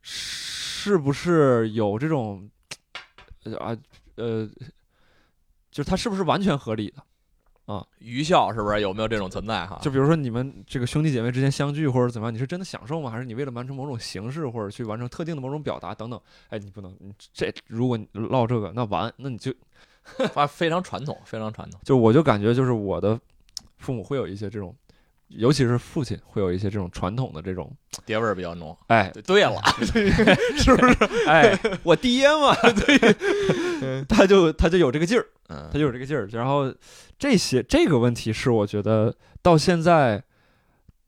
是不是有这种呃啊呃，就是它是不是完全合理的？愚孝是不是有没有这种存在哈？就比如说你们这个兄弟姐妹之间相聚或者怎么样，你是真的享受吗？还是你为了完成某种形式或者去完成特定的某种表达等等？哎，你不能，你这如果你唠这个，那完，那你就 [laughs] 啊，非常传统，非常传统。就我就感觉就是我的父母会有一些这种，尤其是父亲会有一些这种传统的这种，爹味儿比较浓。哎对 [laughs] 对了， [laughs] 是不是？ [laughs] 哎，我爹 [laughs] 嘛，对， [laughs] 他就他就有这个劲儿，嗯他，就有这个劲儿。然后这些这个问题是我觉得到现在，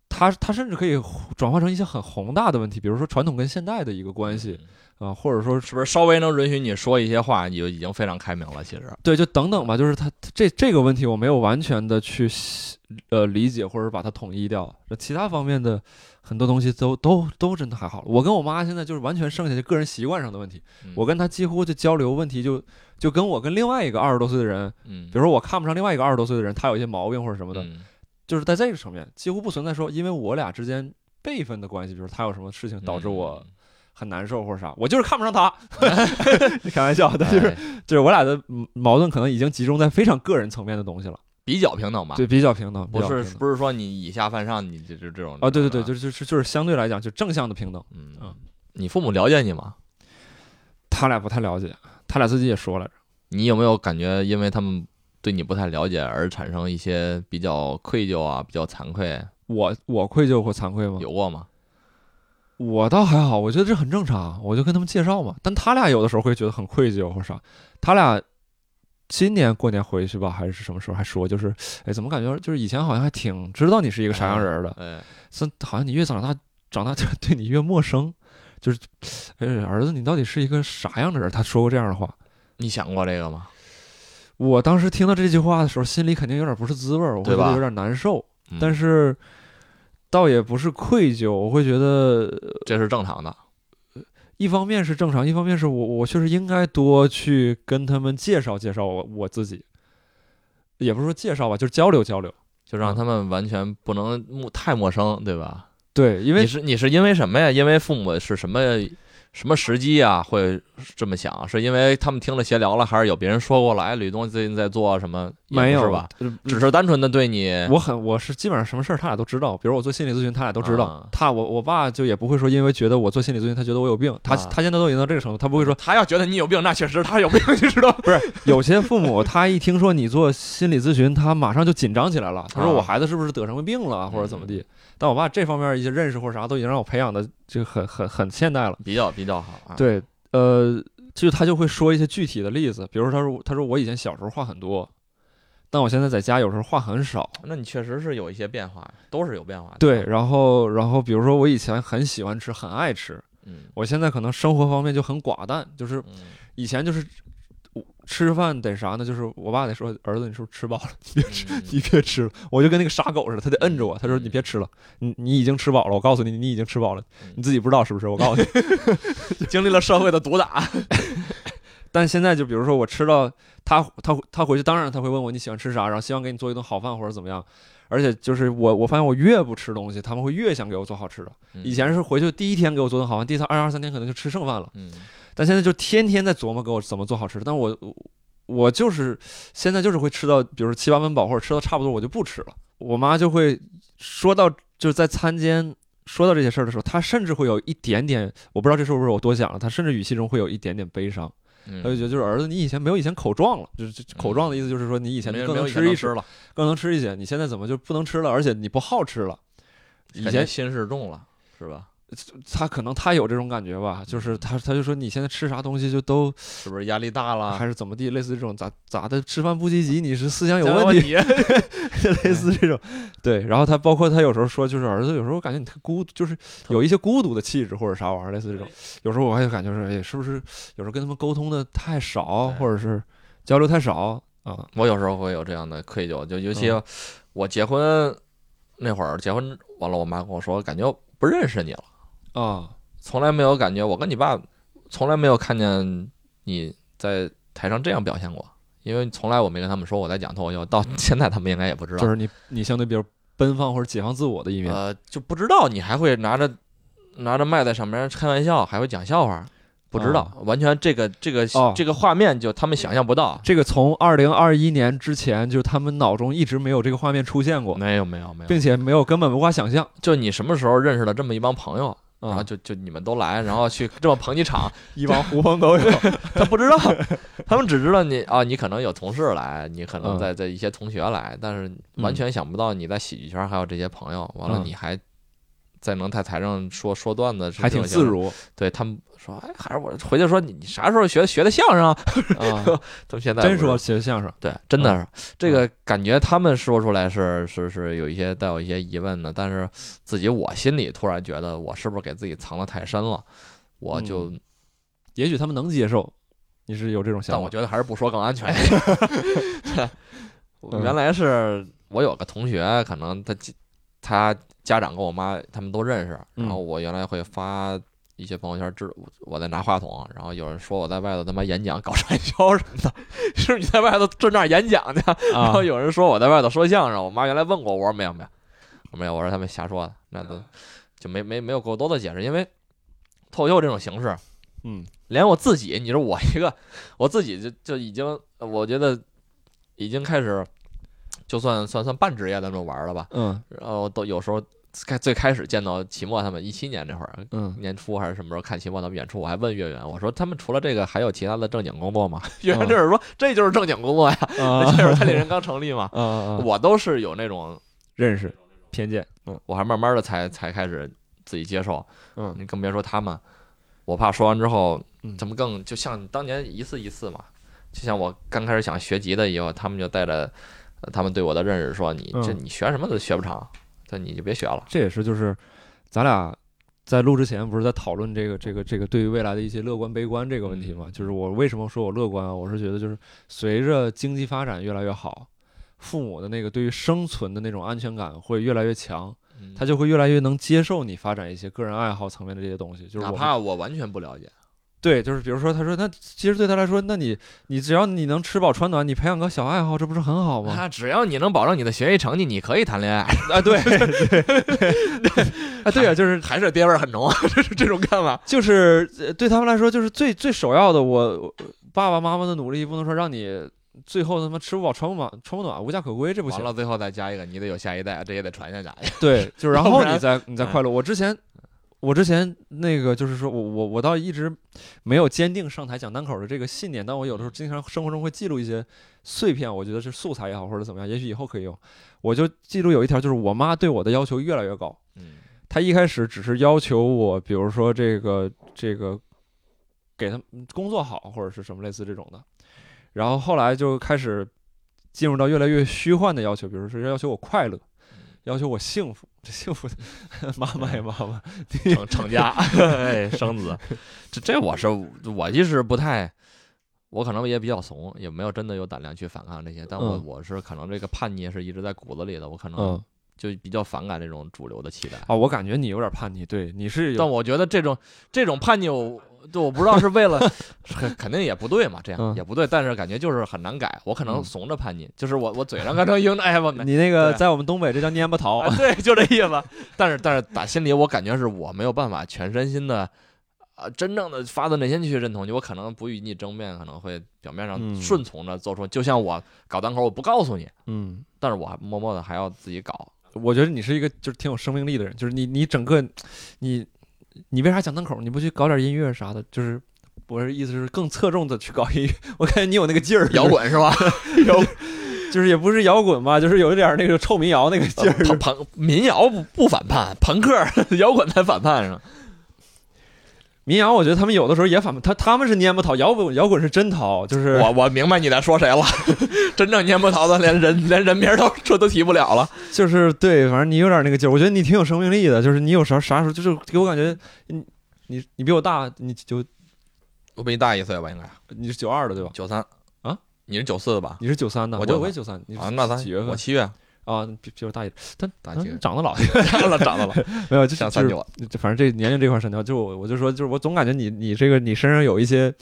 他他甚至可以转化成一些很宏大的问题，比如说传统跟现代的一个关系嗯啊、或者说是不是稍微能允许你说一些话，你就已经非常开明了？其实，对，就等等吧。就是他他这这个问题我没有完全的去呃理解，或者把它统一掉。其他方面的很多东西都都都真的还好了。我跟我妈现在就是完全剩下就个人习惯上的问题，我跟她几乎就交流问题就就跟我跟另外一个二十多岁的人，嗯，比如如说我看不上另外一个二十多岁的人，他有一些毛病或者什么的，嗯就是在这个层面，几乎不存在说因为我俩之间辈分的关系，比如他有什么事情嗯导致我很难受或者啥，我就是看不上他。开玩笑， [laughs] 但就是、哎就是我俩的嗯矛盾可能已经集中在非常个人层面的东西了，比较平等吧，对，比较平等，不是比较平等不是说你以下犯上，你这这这种啊，对对对，就是就是就是相对来讲就正向的平等，嗯嗯，你父母了解你吗？他俩不太了解，他俩自己也说来着，你有没有感觉，因为他们对你不太了解而产生一些比较愧疚啊，比较惭愧，我我愧疚或惭愧吗？有过吗？我倒还好，我觉得这很正常，我就跟他们介绍嘛。但他俩有的时候会觉得很愧疚或啥。他俩今年过年回去吧，还是什么时候还说，就是哎，怎么感觉就是以前好像还挺知道你是一个啊啥样人儿的，哎，但好像你越长大，长大就 [laughs] 对你越陌生。就是，哎，儿子，你到底是一个啥样的人？他说过这样的话。你想过这个吗？我当时听到这句话的时候，心里肯定有点不是滋味儿，我会对觉吧得有点难受。嗯但是，倒也不是愧疚，我会觉得这是正常的，一方面是正常，一方面是我我确实应该多去跟他们介绍介绍我我自己，也不是说介绍吧，就是交流交流。就让他们完全不能陌太陌生，对吧？对，因为你是你是因为什么呀？因为父母是什么什么时机啊？会这么想？是因为他们听了闲聊了，还是有别人说过了？哎，吕东最近在做什么？也没不有是吧？？呃只是单纯的对你，我很我是基本上什么事儿他俩都知道，比如我做心理咨询，他俩都知道。啊他我我爸就也不会说因为觉得我做心理咨询，他觉得我有病。他、啊他现在都已经到这个程度，他不会说他要觉得你有病，那确实他有 [laughs] 病，你知道吗？不是，有些父母他一听说你做心理咨询，他马上就紧张起来了。他说啊嗯我孩子是不是得什么病了，啊或者怎么地？但我爸这方面一些认识或者啥都已经让我培养的就很很很现代了。比较比较好啊。对，呃，就他就会说一些具体的例子，比如说他说他说我以前小时候话很多，但我现在在家有时候话很少。啊那你确实是有一些变化，都是有变化的。对，，然后然后比如说我以前很喜欢吃，很爱吃，嗯我现在可能生活方面就很寡淡， [laughs] 就是嗯，以前就是。我吃饭得啥呢？就是我爸得说儿子，你是不是吃饱了？你嗯别吃了，我就跟那个傻狗似的，他得摁着我，他说你别吃了，你你已经吃饱了，我告诉你，你已经吃饱了嗯，你自己不知道是不是？我告诉你，经历了社会的毒打，但现在就比如说我吃到他他他回去，当然他会问我你喜欢吃啥，然后希望给你做一顿好饭或者怎么样。而且就是我我发现我越不吃东西，他们会越想给我做好吃的。嗯以前是回去第一天给我做顿好饭，第三二二三天可能就吃剩饭了，嗯，但现在就天天在琢磨给我怎么做好吃的。但我我就是现在就是会吃到，比如说七八分饱或者吃到差不多，我就不吃了。我妈就会说到就是在餐间说到这些事儿的时候，她甚至会有一点点，我不知道这是不是我多想了，她甚至语气中会有一点点悲伤。嗯他就觉得就是儿子，你以前没有以前口壮了，就是这口壮的意思就是说你以前没有更没有能以前吃一能吃吃了，更能吃一些，你现在怎么就不能吃了？而且你不好吃了。以感觉前心事重了，是吧？他可能他有这种感觉吧，就是他他就说你现在吃啥东西就都是不是压力大了？还是怎么地，类似这种咋咋的吃饭不积极，你是思想有这个问题，题， [laughs] 类似这种。对，然后他包括他有时候说，就是儿子有时候我感觉你特孤，就是有一些孤独的气质或者啥玩意儿，类似这种。有时候我还有感觉是，哎，是不是有时候跟他们沟通的太少，对或者是交流太少啊？我有时候会有这样的愧疚，就尤其嗯我结婚那会儿，结婚完了，我妈跟我说，感觉我不认识你了，啊，从来没有感觉我跟你爸，从来没有看见你在台上这样表现过，因为从来我没跟他们说我在讲脱口秀，到现在他们应该也不知道就，是你你相对比较奔放或者解放自我的一面，呃，就不知道你还会拿着拿着麦在上面开玩笑，还会讲笑话。不知道，完全这个这个、哦这个画面就他们想象不到。这个从二零二一年之前，就他们脑中一直没有这个画面出现过，没有没有没有，并且没有根本无法想象就你什么时候认识了这么一帮朋友，然后啊，就就你们都来，然后去这么捧你场，一帮狐朋 [laughs] 狗友 [laughs] 他不知道，他们只知道你啊，你可能有同事来，你可嗯能在在一些同学来，但是完全想不到你在喜剧圈还有这些朋友，完了嗯你还在能在台上说说段子，还挺自。如对他们说，哎，还是我回去说你你啥时候学学的相 [laughs] 声啊？啊，他们现在真嗯不是说学相声对，真的是这个感觉，他们说出来是是是有一些带有一些疑问的，但是自己我心里突然觉得我是不是给自己藏的太深了，我就、嗯也许他们能接受，你是有这种想但法我觉得还是不说更安全。 [laughs] 对嗯原来是我有个同学，可能他他家长跟我妈他们都认识，嗯然后我原来会发一些朋友圈，知我在拿话筒，然后有人说我在外头他妈演讲搞传销什么的， [laughs] 是不是你在外头正那儿演讲去？然后啊， [laughs] 有人说我在外头说相声，我妈原来问过我，我说没有没有，我没有，我说他们瞎说的，那都就没没没有过多的解释，因为脱口秀这种形式，嗯连我自己，你说我一个 [laughs] 我自己就就已经，我觉得已经开始就算算算半职业的那种玩了吧，嗯然后都有时候开最开始见到齐墨他们一七年那会儿。 [laughs] 嗯，年初还是什么时候看齐墨他们演出，我还问岳源，我说他们除了这个还有其他的正经工 [laughs] 作吗？岳源这是说这就是正经工作呀，啊这会儿代理人刚成立嘛，啊啊，我都是有那种，认识偏见，嗯，我还慢慢的才才开始自己接受，嗯你更别说他们，我怕说完之后嗯，他们更就像当年一次一次嘛，就像我刚开始想学吉他以后，他们就带着呃他们对我的认识说，你嗯这你学什么都学不长，这你就别学了，这也是就是咱俩。在录之前不是在讨论这个这个这个对于未来的一些乐观悲观这个问题嘛？就是我为什么说我乐观啊？我是觉得就是随着经济发展越来越好，父母的那个对于生存的那种安全感会越来越强，他就就会越来越能接受你发展一些个人爱好层面的这些东西。就是哪我们怕我完全不 [laughs] 了解，对，就是比如说，他说那其实对他来说，那你你只要你能吃饱穿暖，你培养个小爱好，这不是很好吗？啊，只要你能保证你的学习成绩，你可以谈恋爱， [laughs] 啊，对对啊，对 [laughs] 啊，就是还是爹味儿很浓，这是 [laughs] 这种看法，就是呃对他们来说，就是最最首要的我，我爸爸妈妈的努力不能说让你最后他妈吃不饱穿不暖穿不暖无家可归，这不完行。 [laughs] 了，最后再加一个，你得有下一代，这也得传下去。对，就然要不后然哎你再你再快乐。我之前我之前那个就是说我我我倒一直没有坚定上台讲单口的这个信念，但我有的时候经常生活中会记录一些碎片，我觉得是素材也好或者怎么样，也许以后可以用。我就记录有一条，就是我妈对我的要求越来越高。嗯她一开始只是要求我，比如说这个这个给他们工作好或者是什么类似这种的，然后后来就开始进入到越来越虚幻的要求，比如说要求我快乐，要求我幸福，这幸福 [laughs] 妈妈呀妈妈， [laughs] 成成家，哎，生子，这这我是我其实不太，我可能也比较怂，也没有真的有胆量去反抗这些，但我、嗯我是可能这个叛逆是一直在骨子里的，我可能嗯就比较反感这种主流的期待。啊，我感觉你有点叛逆，对，你是有但我觉得这种这种叛逆我，就我不知道是 [laughs] 为了，肯肯定也不对嘛，这样、嗯也不对，但是感觉就是很难改。我可能嗯怂着叛逆，就是我我嘴上刚成硬着，哎 [laughs] 我没。你那个对在我们东北这叫蔫巴桃， [laughs] 啊，对，就这意思。但是，但是打心里我感觉是我没有办法全身心的，啊、真正的发自内心去认同你。我可能不与你争辩，可能会表面上嗯顺从着做出。就像我搞单口，我不告诉你，嗯。但是我还默默的还要自己搞。我觉得你是一个就是挺有生命力的人，就是你你整个你你为啥讲单口？你不去搞点音乐啥的？就是我是意思是更侧重的去搞音乐。我感觉你有那个劲儿， [laughs] 摇滚 [laughs] 是吧？就是就是也不是摇滚吧，就是有一点儿那个臭民谣那个劲儿。朋朋民谣不不反叛，朋克 [laughs] 摇滚才反叛上。民谣我觉得他们有的时候也反，他他们是蔫不淘，摇滚摇滚是真淘，就是我我明白你在说 [laughs] 谁了，真正蔫不桃的连人连人名儿都这都提不了了。就是对，反正你有点那个劲儿。我觉得你挺有生命力的，就是你有啥啥时候就是给我感觉你你你比我大，你九我比你大一岁吧，应该你是九二的对吧？九三啊？你是九四的吧？你是九三的，我我93我也九三，你啊，那咱几月份我七月啊啊？比比我大一点，但大几嗯个长得老。 [laughs] 长了长了，没有，就是上三就九是了。就反正这年龄这块上调，就我我就说，就是我总感觉你你这个你身上有一些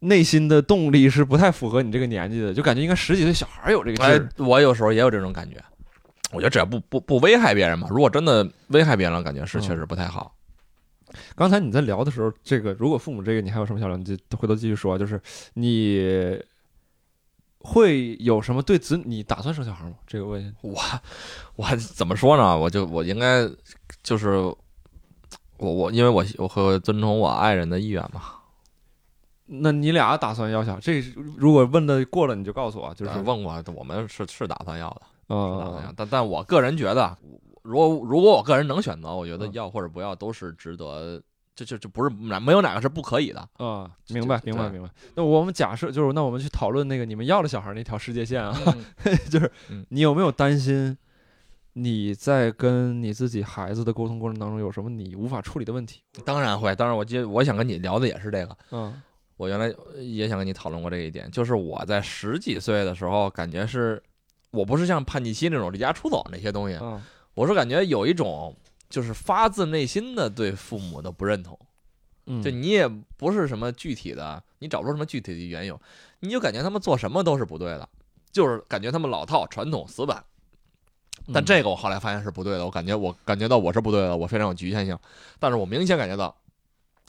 内心的动力是不太符合你这个年纪的，就感觉应该十几岁小孩有这个劲哎儿。，我有时候也有这种感觉。我觉得只要不不不危害别人嘛，如果真的危害别人了，感觉是嗯确实不太好。刚才你在聊的时候，这个如果父母这个你还有什么想聊，你就回头继续说啊。就是你会有什么对子女？你打算生小孩吗？这个问题，我我怎么说呢？我就我应该就是我我因为我我会尊重我爱人的意愿嘛，那你俩打算要小？这是如果问的过了，你就告诉我啊，就是呃问过我们是是打算要的，是打算要嗯，但但我个人觉得，啊如果如果我个人能选择，我觉得嗯要或者不要都是值得，这这这不是哪没有哪个是不可以的。啊，明白，这明白，对明白。那我们假设就是，那我们去讨论那个你们要了小孩那条世界线 [laughs] 啊，就是嗯你有没有担心你在跟你自己孩子的沟通过程当中有什么你无法处理的问题？当然会，当然我接我想跟你聊的也是这个，嗯我原来呃也想跟你讨论过这一点，就是我在十几岁的时候，感觉是我不是像叛逆期那种离家出走那些东西，嗯我是感觉有一种就是发自内心的对父母的不认同，嗯，就你也不是什么具体的，你找不出什么具体的缘由，你就感觉他们做什么都是不对的，就是感觉他们老套、传统、死板。但嗯这个我后来发现是不对的，我感觉我感觉到我是不对的，我非常有局限性。但是我明显感觉到，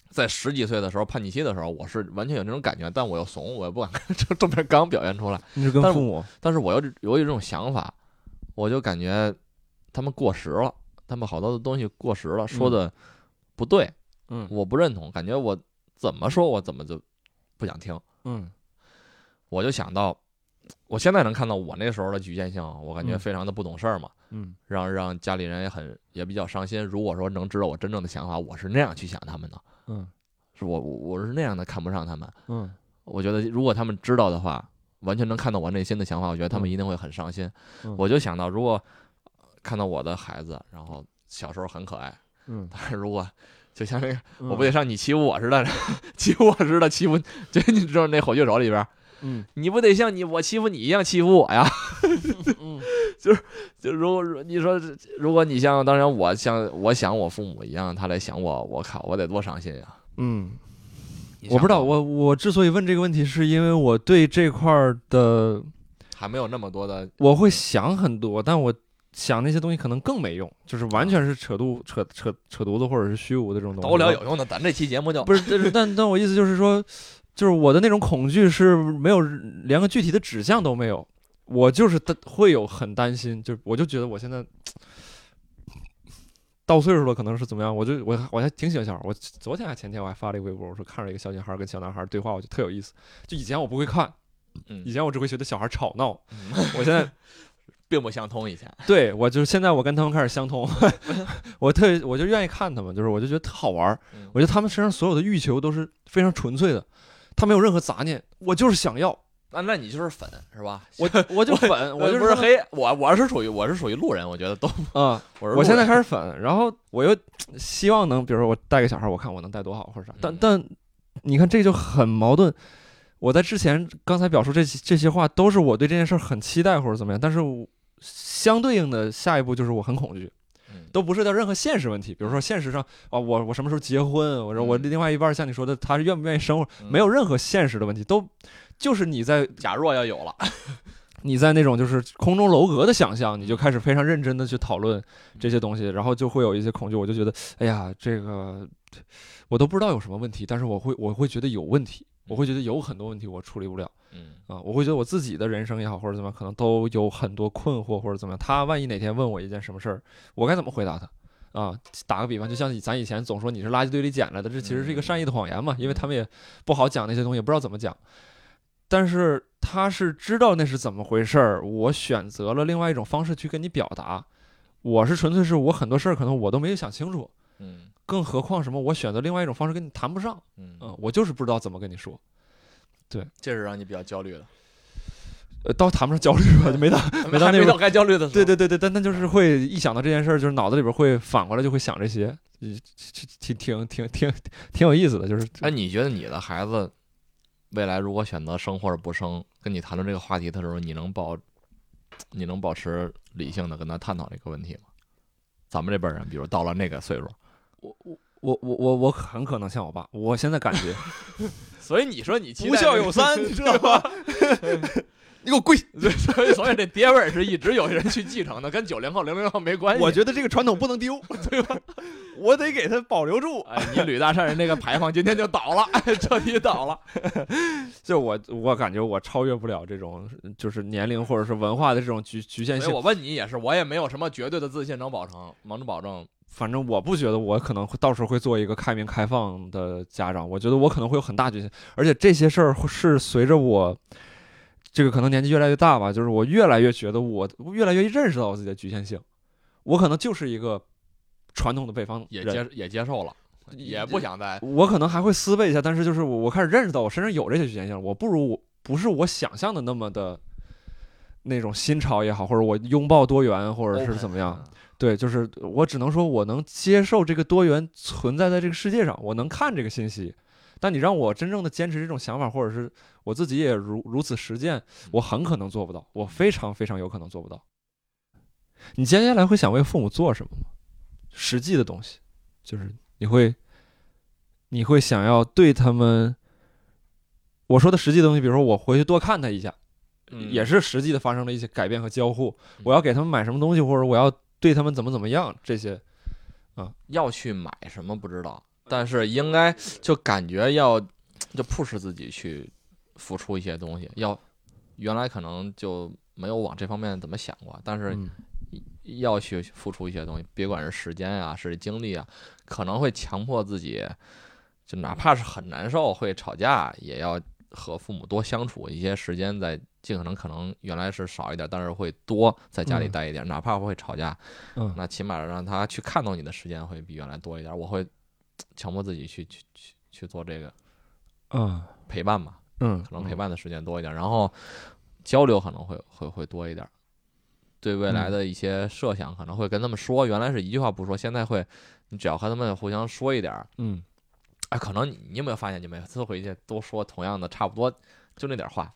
在十几岁的时候叛逆期的时候，我是完全有这种感觉，但我又怂，我也不敢正正面刚表现出来。你是跟但是父母，但是我又有一种想法，我就感觉他们过时了，他们好多的东西过时了，说的不对，嗯我不认同，感觉我怎么说我怎么就不想听。嗯我就想到，我现在能看到我那时候的局限性，我感觉嗯非常的不懂事儿嘛。嗯让让家里人也很也比较伤心。如果说能知道我真正的想法，我是那样去想他们的，嗯是我我我是那样的看不上他们。嗯我觉得如果他们知道的话，完全能看到我内心的想法，我觉得他们一定会很伤心。嗯我就想到，如果呃看到我的孩子，然后小时候很可爱，嗯，但是如果就像那个，嗯我不得像你欺负我似的， [laughs] 欺负我似的欺负， [laughs] 就你知道那火炬手里边，嗯你不得像你我欺负你一样欺负我呀？嗯就如果如你说这，如果你像当然我像我想我父母一样，他来想我，我靠，我得多伤心啊呀！嗯，你我不知道，想我我之所以问这个问题，是因为我对这块儿的还没有那么多的，我会想很多，但我想那些东西可能更没用，就是完全是扯犊扯扯扯犊子或者是虚无的这种东西。都聊有用的，咱这期节目就不是，但是但但我意思就是说，就是我的那种恐惧是没有连个具体的指向都没有，我就是担会有很担心，就我就觉得我现在 [sniffs] 到岁数了，可能是怎么样，我就我还我还挺喜欢小孩儿，我昨天还前天我还发了一个微博，我说看着一个小女孩儿跟小男孩儿对话，我就特有意思，就以前我不会看，嗯以前我只会觉得小孩儿吵闹，嗯我现在并不相通以前。 [laughs] 对我就是现在我跟他们开始相 [laughs] 通，我特别我就愿意看他们，就是我就觉得特好玩儿，嗯我觉得他们身上所有的欲求都是非常纯粹的，他没有任何杂念，我就是想要，那那你就是粉是吧？ [laughs] 我我就粉，我我就呃不是说黑，我我是属于我是属于路人，我觉得都啊、我是我现在始开始粉，然后我又希望能，比如说我带个小孩，我看我能带多好或者啥，但嗯但你看这就很矛盾。我在之前刚才表述这些这些话，都是我对这件事儿很期待或者怎么样，但是我相对应的下一步就是我很恐惧。嗯都不涉及到任何现实问题，比如说现实上啊，我我什么时候结婚，我说我嗯另外一半像你说的，他是愿不愿意生活，嗯没有任何现实的问题，都就是你在假若要有了，你在那种就是空中楼阁的想嗯象，你就开始非常认真的去讨论这些东西，然后就会有一些恐惧，我就觉得，哎呀，这个我都不知道有什么问题，但是我会我会觉得有问题，我会觉得有很多问题我处理不了嗯啊，我会觉得我自己的人生也好或者怎么样，可能都有很多困惑或者怎么样，他万一哪天问我一件什么事儿，我该怎么回答他？啊，打个比方，就像咱以前总说你是垃圾堆里捡来的，这其实是一个善意的谎言嘛，因为他们也不好讲那些东西，也不知道怎么讲。但是他是知道那是怎么回事儿，我选择了另外一种方式去跟你表达。我是纯粹是我很多事儿可能我都没有想清楚，嗯更何况什么我选择另外一种方式跟你谈不上，嗯嗯，，我就是不知道怎么跟你说，这是让你比较焦虑的，呃，倒谈不上焦虑吧，就没到，没到还那没边到该焦虑的时候。对对对对，但但就是会一想到这件事儿，就是脑子里边会反过来就会想这些，呃挺挺挺挺挺有意思的，就是哎，你觉得你的孩子未来如果选择生或者不生，跟你谈论这个话题的时候，你能保你能保持理性的跟他探讨这个问题吗？咱们这辈儿人，比如到了那个岁数，我我我我我我很可能像我爸，我现在感 [laughs] 觉所以你说你不孝有三，你知道吗？ [laughs] 你给我跪！所以所以这爹味儿是一直有人去继承的，跟九零后、零零后没关系。我觉得这个传统不能丢，哎 [laughs] 对吧？我得给它保留 [laughs] 住。哎，你吕大善人那个牌坊今天就倒了， [laughs] 彻底倒 [laughs] 了。就我，我感觉我超越不了这种就是年龄或者是文化的这种局局限所以性我。问你也是，我也没有什么绝对的自信能保证，能保证。反正我不觉得我可能会到时候会做一个开明开放的家长，我觉得我可能会有很大局限，而且这些事儿会是随着我这个可能年纪越来越大吧，就是我越来越觉得我我越来越认识到我自己的局限性，我可能就是一个传统的北方人，也接也接受了，也不想再我可能还会思维一下，但是就是我我开始认识到我身上有这些局限性了，我不如我不是我想象的那么的那种新潮也好，或者我拥抱多元，或者是 open 怎么样。对，就是我只能说我能接受这个多元存在在这个世界上，我能看这个信息。但你让我真正的坚持这种想法，或者是我自己也如如此实践，我很可能做不到，我非常非常有可能做不到。你接下来会想为父母做什么吗？实际的东西，就是你会，你会想要对他们，我说的实际的东西，比如说我回去多看他一下，嗯也是实际的发生了一些改变和交互。我要给他们买什么东西，或者我要对他们怎么怎么样，这些要去买什么不知道，但是应该就感觉要就 push 自己去付出一些东西，要原来可能就没有往这方面怎么想过，但是嗯要去付出一些东西，别管是时间啊，是精力啊，可能会强迫自己，就哪怕是很难受，会吵架，也要和父母多相处一些时间，在尽可能可能原来是少一点，但是会多在家里嗯待一点，哪怕会吵架，嗯那起码让他去看到你的时间会比原来多一点。我会强迫自己去去去去做这个啊陪伴吧，嗯，可能陪嗯伴的时间多一点，然后交流可能会会会多一点，对未来嗯的一些设想可能会跟他们说，原来是一句话不说，现在会，你只要和他们互相说一点儿，嗯哎，可能你你有没有发现，你每次回去都说同样的差不多就那点儿话，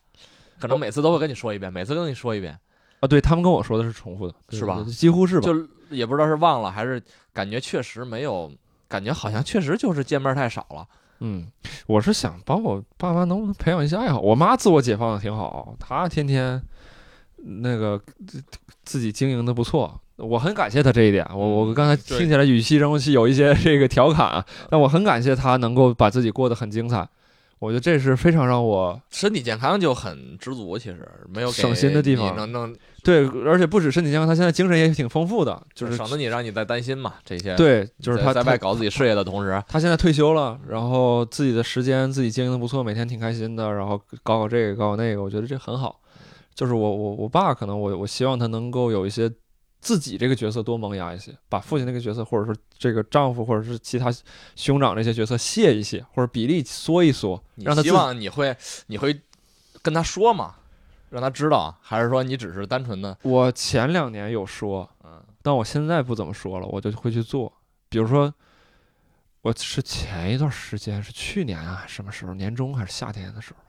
可能每次都会跟你说一遍，每次跟你说一遍，啊，对他们跟我说的是重复的，对是吧几乎是吧？就也不知道是忘了还是感觉确实没有，感觉好像确实就是见面太少了，嗯，我是想帮我爸妈能不能培养一些爱好。我妈自我解放的挺好，她天天那个自自己经营的不错，我很感谢她这一点。我我刚才嗯对听起来语气中是有一些这个调侃啊，但我很感谢她能够把自己过得很精彩。我觉得这是非常让我身体健康就很知足，其实没有给省心的地方你能能对，而且不止身体健康，他现在精神也挺丰富的，就是省得你让你再担心嘛。这些，对，就是在他在他外搞自己事业的同时，他现在退休了，然后自己的时间自己经营的不错，每天挺开心的，然后搞搞这个搞搞那个，我觉得这很好。就是我我我爸可能我我希望他能够有一些自己这个角色多萌芽一些，把父亲那个角色或者说这个丈夫或者是其他兄长这些角色卸一卸，或者比例缩一缩，你让他自希望你会你会跟他说嘛，让他知道，还是说你只是单纯的我前两年有说，嗯但我现在不怎么说了，我就会去做。比如说，我是前一段时间是去年啊，什么时候？年中还是夏天的时候吧。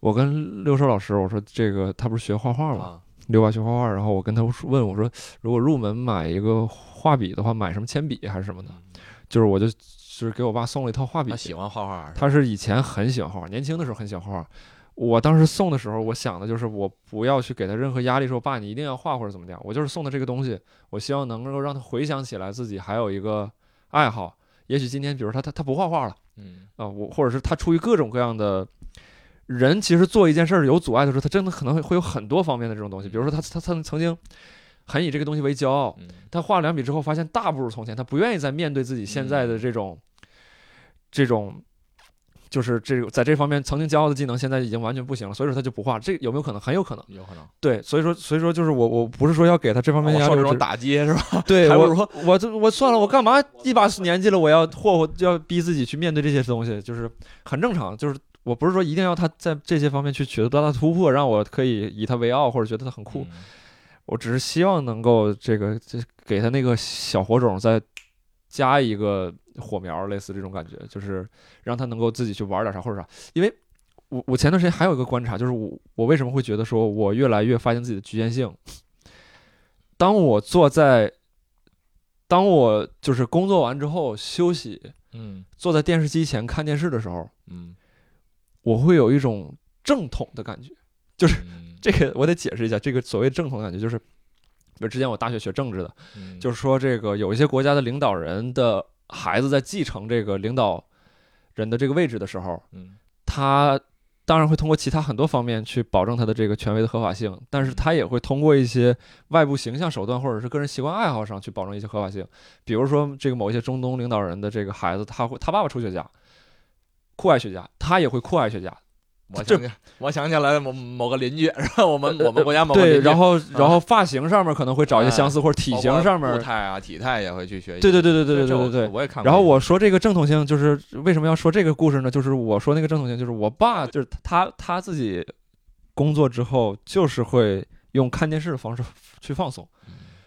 我跟六兽老师我说这个，他不是学画画吗？啊六爸学画画，然后我跟他说问我说，如果入门买一个画笔的话，买什么铅笔还是什么的？就是我就就是给我爸送了一套画笔啊他，喜欢画画是吧，他是以前很喜欢画画，年轻的时候很喜欢画画。我当时送的时候，我想的就是我不要去给他任何压力，说爸你一定要画或者怎么样。我就是送他这个东西，我希望能够让他回想起来自己还有一个爱好。也许今天，比如他他他不画画了嗯啊、我或者是他出于各种各样的人，其实做一件事儿有阻碍的时候，他真的可能会会有很多方面的这种东西。比如说他他他曾经很以这个东西为骄傲，嗯，他画了两笔之后，发现大不如从前，他不愿意再面对自己现嗯在的这种、这种，就是这个在这方面曾经骄傲的技能，现在已经完全不行了，所以说他就不画。这有没有可能？很有可能。有可能对，所以说，所以说就是我，我不是说要给他这方面哦我压受力，这我种只打击是吧？对还不如我，我这我算了，我干嘛一把年纪了，我要霍霍，要逼自己去面对这些东西，就是很正常。就是我不是说一定要他在这些方面去取得多大的突破，让我可以以他为傲，或者觉得他很酷。嗯我只是希望能够这个这给他那个小火种再加一个火苗，类似这种感觉，就是让他能够自己去玩点啥或者啥。因为我我前段时间还有一个观察，就是我我为什么会觉得说我越来越发现自己的局限性。当我坐在，当我就是工作完之后休息，嗯坐在电视机前看电视的时候，嗯，我会有一种正统的感觉。就是嗯这个我得解释一下，这个所谓正统的感觉就是，比如之前我大学学政治的，嗯就是说这个有一些国家的领导人的孩子在继承这个领导人的这个位置的时候，嗯他当然会通过其他很多方面去保证他的这个权威的合法性，但嗯是他也会通过一些外部形象手段或者是个人习惯爱好上去保证一些合法性。比如说，这个某一些中东领导人的这个孩子，他会他爸爸抽雪茄，酷爱雪茄，他也会酷爱雪茄，我这呃想起我想起来某某个邻居，然后我们我们国家某个邻对，居然后然后发型上面可能会找一些相似，或者体哎包括型上面步，态啊体态也会去学习。对对对对对对这对我对对。我也看过。然后我说这个正统性，就是为什么要说这个故事呢？就是我说那个正统性，就是我爸，就是他他自己工作之后，就是会用看电视的方式去放松，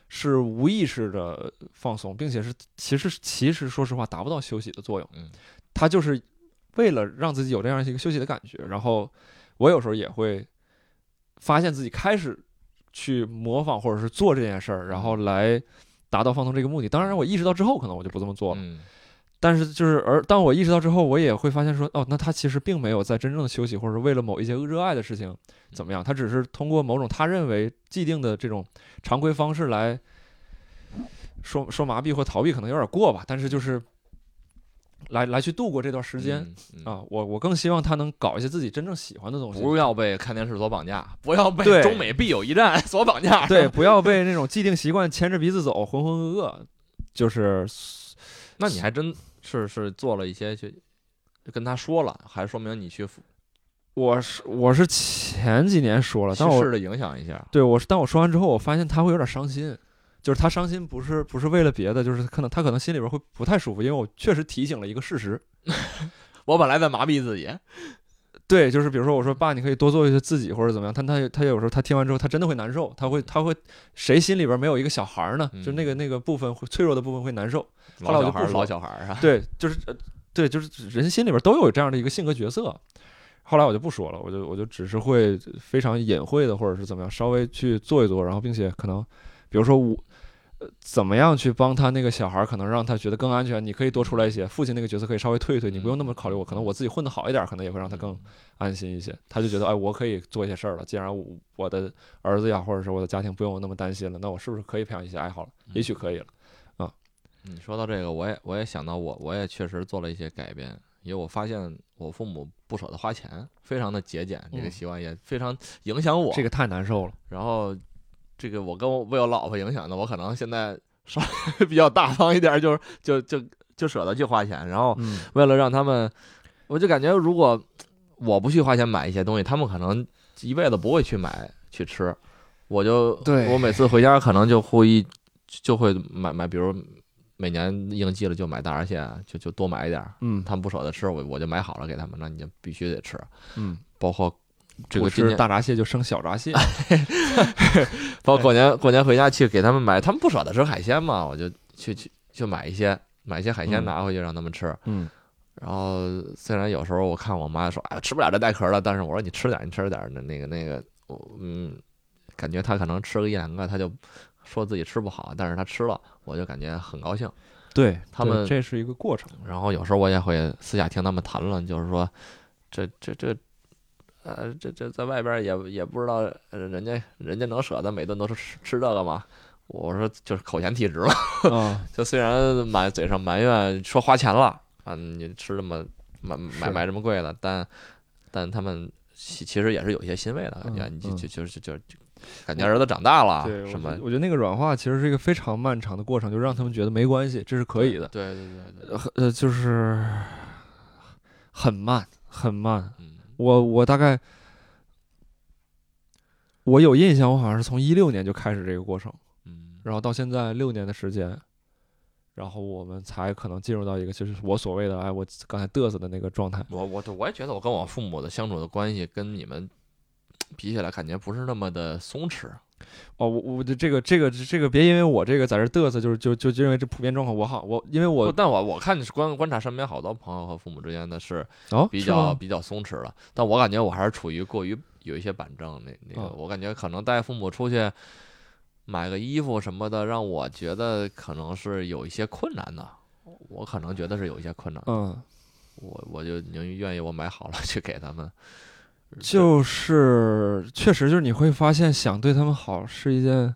是无意识的放松，并且是其实其实说实话达不到休息的作用嗯。他就是为了让自己有这样一个休息的感觉，然后我有时候也会发现自己开始去模仿或者是做这件事儿，然后来达到放松这个目的。当然，我意识到之后，可能我就不这么做了。嗯但是就是而当我意识到之后，我也会发现说，哦，那他其实并没有在真正的休息，或者是为了某一些热爱的事嗯情怎么样，他只是通过某种他认为既定的这种常规方式来说说麻痹或逃避，可能有点过吧，但是就是来来去度过这段时间、嗯嗯啊，我我更希望他能搞一些自己真正喜欢的东西，不要被看电视所绑架，不要被对中美必有一战 [laughs] 所绑架。对，不要被那种既定习惯牵着鼻子走，浑浑噩噩，就是那你还真是是做了一些去就跟他说了，还说明你去我是我是前几年说了，但我试的影响一下。对我是，但我说完之后，我发现他会有点伤心，就是他伤心不是不是为了别的，就是可能他可能心里边会不太舒服，因为我确实提醒了一个事实。我本来在麻痹自己，对，就是比如说我说爸，你可以多做一些自己或者怎么样，但他他有时候他听完之后，他真的会难受，他会他会谁心里边没有一个小孩儿呢？就那个那个部分会脆弱的部分会难受。后来老我就小孩儿不说老小孩儿啊， [laughs] 对，就是呃对，就是人心里边都有这样的一个性格角色。后来我就不说了，我就我就只是会非常隐晦的，或者是怎么样，稍微去做一做，然后并且可能，比如说我，呃，怎么样去帮他那个小孩儿，可能让他觉得更安全。你可以多出来一些，父亲那个角色可以稍微退一退，你不用那么考虑我，可能我自己混得好一点，可能也会让他更安心一些。他就觉得，哎，我可以做一些事儿了。既然我我的儿子呀，或者是我的家庭不用我那么担心了，那我是不是可以培养一些爱好了？也许可以了。嗯你说到这个，我也我也想到我我也确实做了一些改变，因为我发现我父母不舍得花钱，非常的节俭，这个习惯也非常影响我。嗯这个太难受了。然后这个我跟我被我老婆影响的，我可能现在稍微 [laughs] 比较大方一点，就是就就就舍得去花钱。然后嗯，为了让他们，我就感觉如果我不去花钱买一些东西，他们可能一辈子不会去买去吃。我就对我每次回家可能就故意就会买买，比如每年应季了就买大闸蟹，啊就就多买一点儿。嗯他们不舍得吃，我我就买好了给他们，那你就必须得吃。嗯，包括这不个今吃年，大闸蟹就生小闸 [laughs] 蟹。包括过年过年回家去给他们买，他们不舍得吃海鲜嘛，我就去去去买一些买一些海嗯鲜拿回去让他们吃。嗯，然后虽然有时候我看我妈说，哎，吃不了这带壳儿了，但是我说你吃点儿，你吃点儿，那那个那个，我嗯，感觉她可能吃个一两个，她就说自己吃不好，但是她吃了，我就感觉很高兴。对他对们这是一个过程。然后有时候我也会私下听他们谈论，就是说，这这这，呃，这这在外边儿也也不知道呃人家人家能舍得每顿都是吃吃这个吗？我说就是口嫌体直了， [laughs] 啊，就虽然满嘴上埋怨说花钱了啊，你吃这么买买是买这么贵的，但但他们其其实也是有一些欣慰的感觉，嗯你就嗯就就就就就感觉儿子长大了对，我什觉么得我觉得那个软化其实是一个非常漫长的过程，就让他们觉得没关系，这是可以的。对对对对，呃呃，就是很慢，很慢。嗯我我大概我有印象，我好像是从一六年就开始这个过程，嗯然后到现在六年的时间，然后我们才可能进入到一个就是我所谓的哎，我刚才嘚瑟的那个状态。我我我也觉得我跟我父母的相处的关系跟你们比起来，感觉不是那么的松弛。哦，我我这个这个这个别因为我这个在这嘚瑟，就是就就就因为这普遍状况，我好我因为不我但我我看是观观察身边好多朋友和父母之间的是哦比是较吗比较松弛了，但我感觉我还是处于过于有一些板正那那个，哦我感觉可能带父母出去买个衣服什么的，让我觉得可能是有一些困难的。我可能觉得是有一些困难，嗯，我我就宁愿意我买好了去给他们。就是确实就是你会发现想对他们好是一件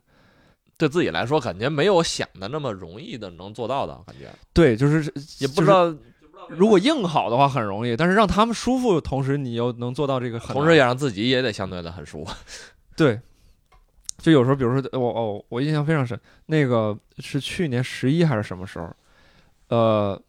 对自己来说，感觉没有想的那么容易的能做到的感觉，对，就是就也不是知道如果硬好的话很容易，但是让他们舒服，同时你又能做到这个很难，同时也让自己也得相对的很舒服。对。就有时候，比如说我哦，我印象非常深，那个是去年十一还是什么时候？呃，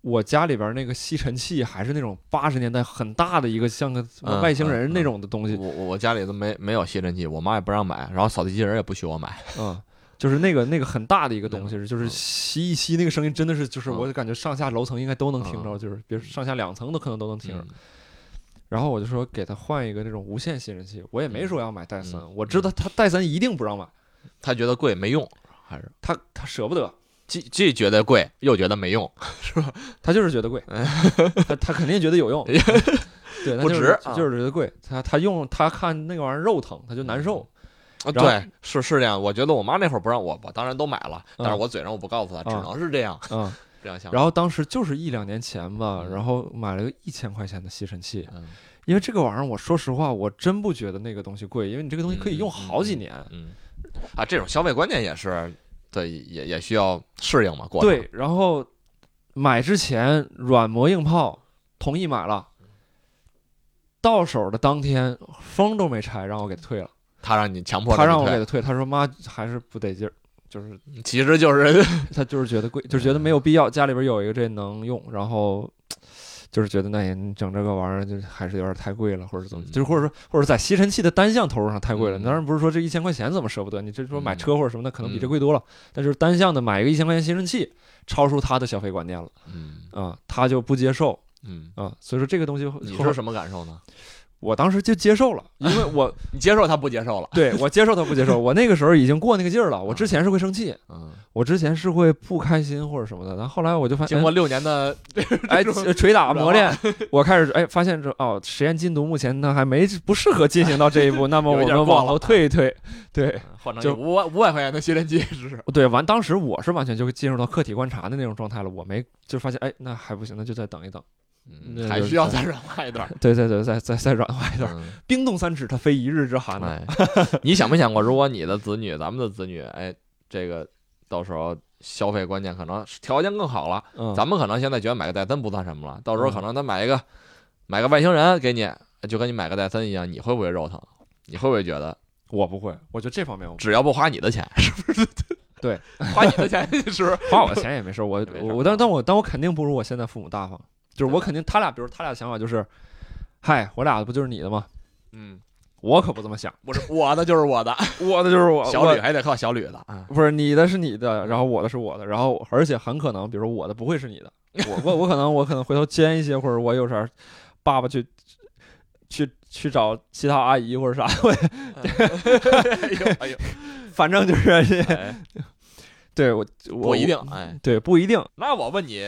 我家里边那个吸尘器还是那种八十年代很大的一个像个什么嗯外星人嗯那种的东西，我我我家里都没没有吸尘器，我妈也不让买，然后扫地机器人也不许我买。嗯，就是那个那个很大的一个东那西，就是嗯吸一吸那个声音，真的是就是嗯我感觉上下楼层应该都能听着，嗯就是别说上下两层都可能都能听着嗯。然后我就说给他换一个那种无线吸尘器，我也没说要买戴森，嗯我知道他戴森一定不让买，她觉得贵没用，还是他他舍不得，既既觉得贵又觉得没用，他就是觉得贵， [laughs] 他他肯定觉得有用， [laughs] 对，他哎不就是值就啊就是觉得贵，他他用他看那个玩意儿肉疼，他就难受，啊，然后对，是是这样。我觉得我妈那会儿不让我，我当然都买了，嗯但是我嘴上我不告诉她，只嗯能是这样嗯，这样想。然后当时就是一两年前吧，嗯然后买了个一千块钱的吸尘器，嗯因为这个玩意儿，我说实话，我真不觉得那个东西贵，因为你这个东西可以用好几年。嗯，啊，这种消费观念也是，对，也也需要适应嘛。过程对，然后买之前软磨硬泡，同意买了，到手的当天封都没拆，让我给退了。她让你强迫他着让我你给退他退，他说妈还是不得劲儿，就是其实就是 [laughs] 他就是觉得贵，嗯就是觉得没有必要，家里边有一个这能用，然后。就是觉得那也你整这个玩意儿，就是还是有点太贵了，或者怎么，嗯就是或者说，或者在吸尘器的单项投入上太贵了。嗯当然不是说这一千块钱怎么舍不得，你这说买嗯车或者什么的，可能比这嗯贵多了。但就是单项的买一个一千块钱吸尘器，超出他的消费观念了嗯啊、他就不接受嗯，啊、所以说这个东西，你是什么感受呢？我当时就接受了，因 [laughs] 为我你接受她不接受了？对我接受他不接受，我那个时候已经过那个劲儿了。我之前是会生气，嗯，我之前是会不开心或者什么的，但后来我就发现经，过六年的 [laughs] 哎，这捶打软磨化练， [laughs] 我开始哎发现这哦，实验禁毒目前呢还没不适合进行到这一步，那么有我一点们过往了后退一 [laughs] 退，对。换成就一五万五百块钱的吸尘器是，对，完，当时我是完全就进入到客体观察的那种状态了，我没就发现，哎，那还不行，那就再等一等，那还就需要是再软化一段儿。对对对，再再再软化一段。 [laughs] 嗯 [laughs] 冰冻三尺，它非一日之寒呢。哎哎，你想没想过，如果你的子女，咱们的子女，哎，这个到时候消费观念可能条件更好了，嗯，咱们可能现在觉得买个戴森不算什么了，到时候可能他买一个买个外星人给你，就跟你买个戴森一样，你会不会肉疼？你会不会觉得我不会，我觉得这方面我 [laughs] 只要不花你的钱，是不 [laughs] 是？对，花你的钱是不是？花我钱也没事儿，我 [laughs] 没事儿嗯我我但但我但我肯定不如我现在父母大方，就是我肯定他俩，比如他俩想法就是，嗨，我俩不就是你的吗？嗯，我可不这么想， [laughs] 不是我的就是我的，我的就是我小吕还得靠小吕的啊。不是你的是你的，然后我的是我的，然后而且很可能，比如说我的不会是你的， [laughs] 我我我可能我可能回头兼一些，或者我有啥，爸爸去去去找其他阿姨或者啥， [laughs] 我 [laughs] 哎呦哎呦，反正就是哎 [laughs] 对我不我一定哎。对不一定，那我问你，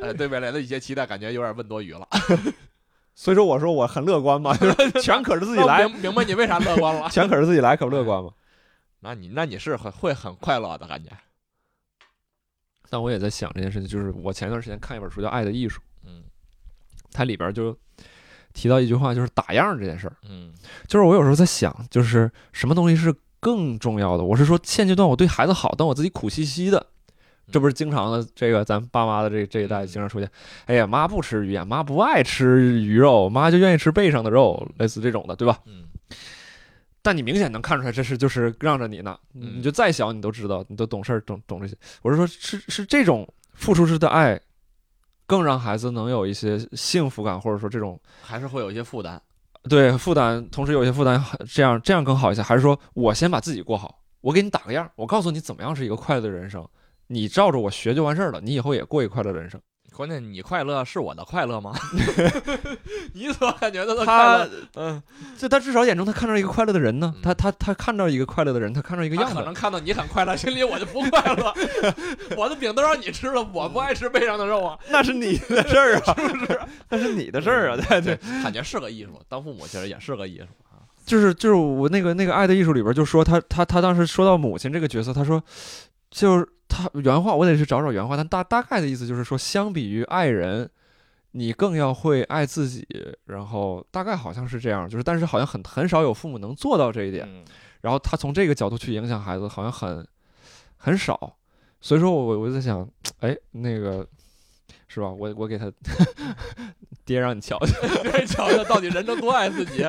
呃，对未来的一些期待，感觉有点问多余了。所以说我说我很乐观嘛， [laughs] 就是全可是自己来，？哦明明白你为啥乐观了 [laughs] 全可是自己来，可不乐观嘛。那你那你是很会很快乐的感觉。但我也在想这件事情，就是我前段时间看一本书叫《爱的艺术》，嗯它里边就提到一句话，就是打样这件事儿。嗯就是我有时候在想，就是什么东西是更重要的？我是说现阶段我对孩子好，但我自己苦兮兮的，嗯这不是经常的这个咱爸妈的这这一代经常出现。哎呀，妈不吃鱼呀，妈不爱吃鱼肉，妈就愿意吃背上的肉，类似这种的，对吧？嗯但你明显能看出来，这是就是让着你呢。嗯你就再小，你都知道，你都懂事儿，懂懂这些。我是说，是是这种付出式的爱，更让孩子能有一些幸福感，或者说这种还是会有一些负担。对负担，同时有一些负担，这样这样更好一些。还是说我先把自己过好，我给你打个样儿，我告诉你怎么样是一个快乐的人生，你照着我学就完事儿了，你以后也过一快乐的人生。关键你快乐是我的快 [laughs] 乐吗？你怎么感觉到的快他乐？嗯，这他至少眼中他看到一个快乐的人呢嗯，他他他看到一个快乐的人，他看到一个他样可子能。看到你很快乐，心里我就不快 [laughs] 乐。我的饼都让你吃了，我不爱吃背上的肉啊，那是你的事儿啊，是不是？那是你的事儿啊，对对。，感觉是个艺术，当父母其实也是个艺术。就是就是我那个那个《爱的艺术》里边就说他他他当时说到母亲这个角色，他说就是他原话，我得去找找原话，但大大概的意思就是说，相比于爱人，你更要会爱自己，然后大概好像是这样，就是但是好像很很少有父母能做到这一点，嗯然后他从这个角度去影响孩子，好像很很少，所以说我我就在想，哎，那个是吧？我我给他 [laughs] 爹让你瞧瞧，对，瞧瞧到底人能多爱自 [laughs] 己。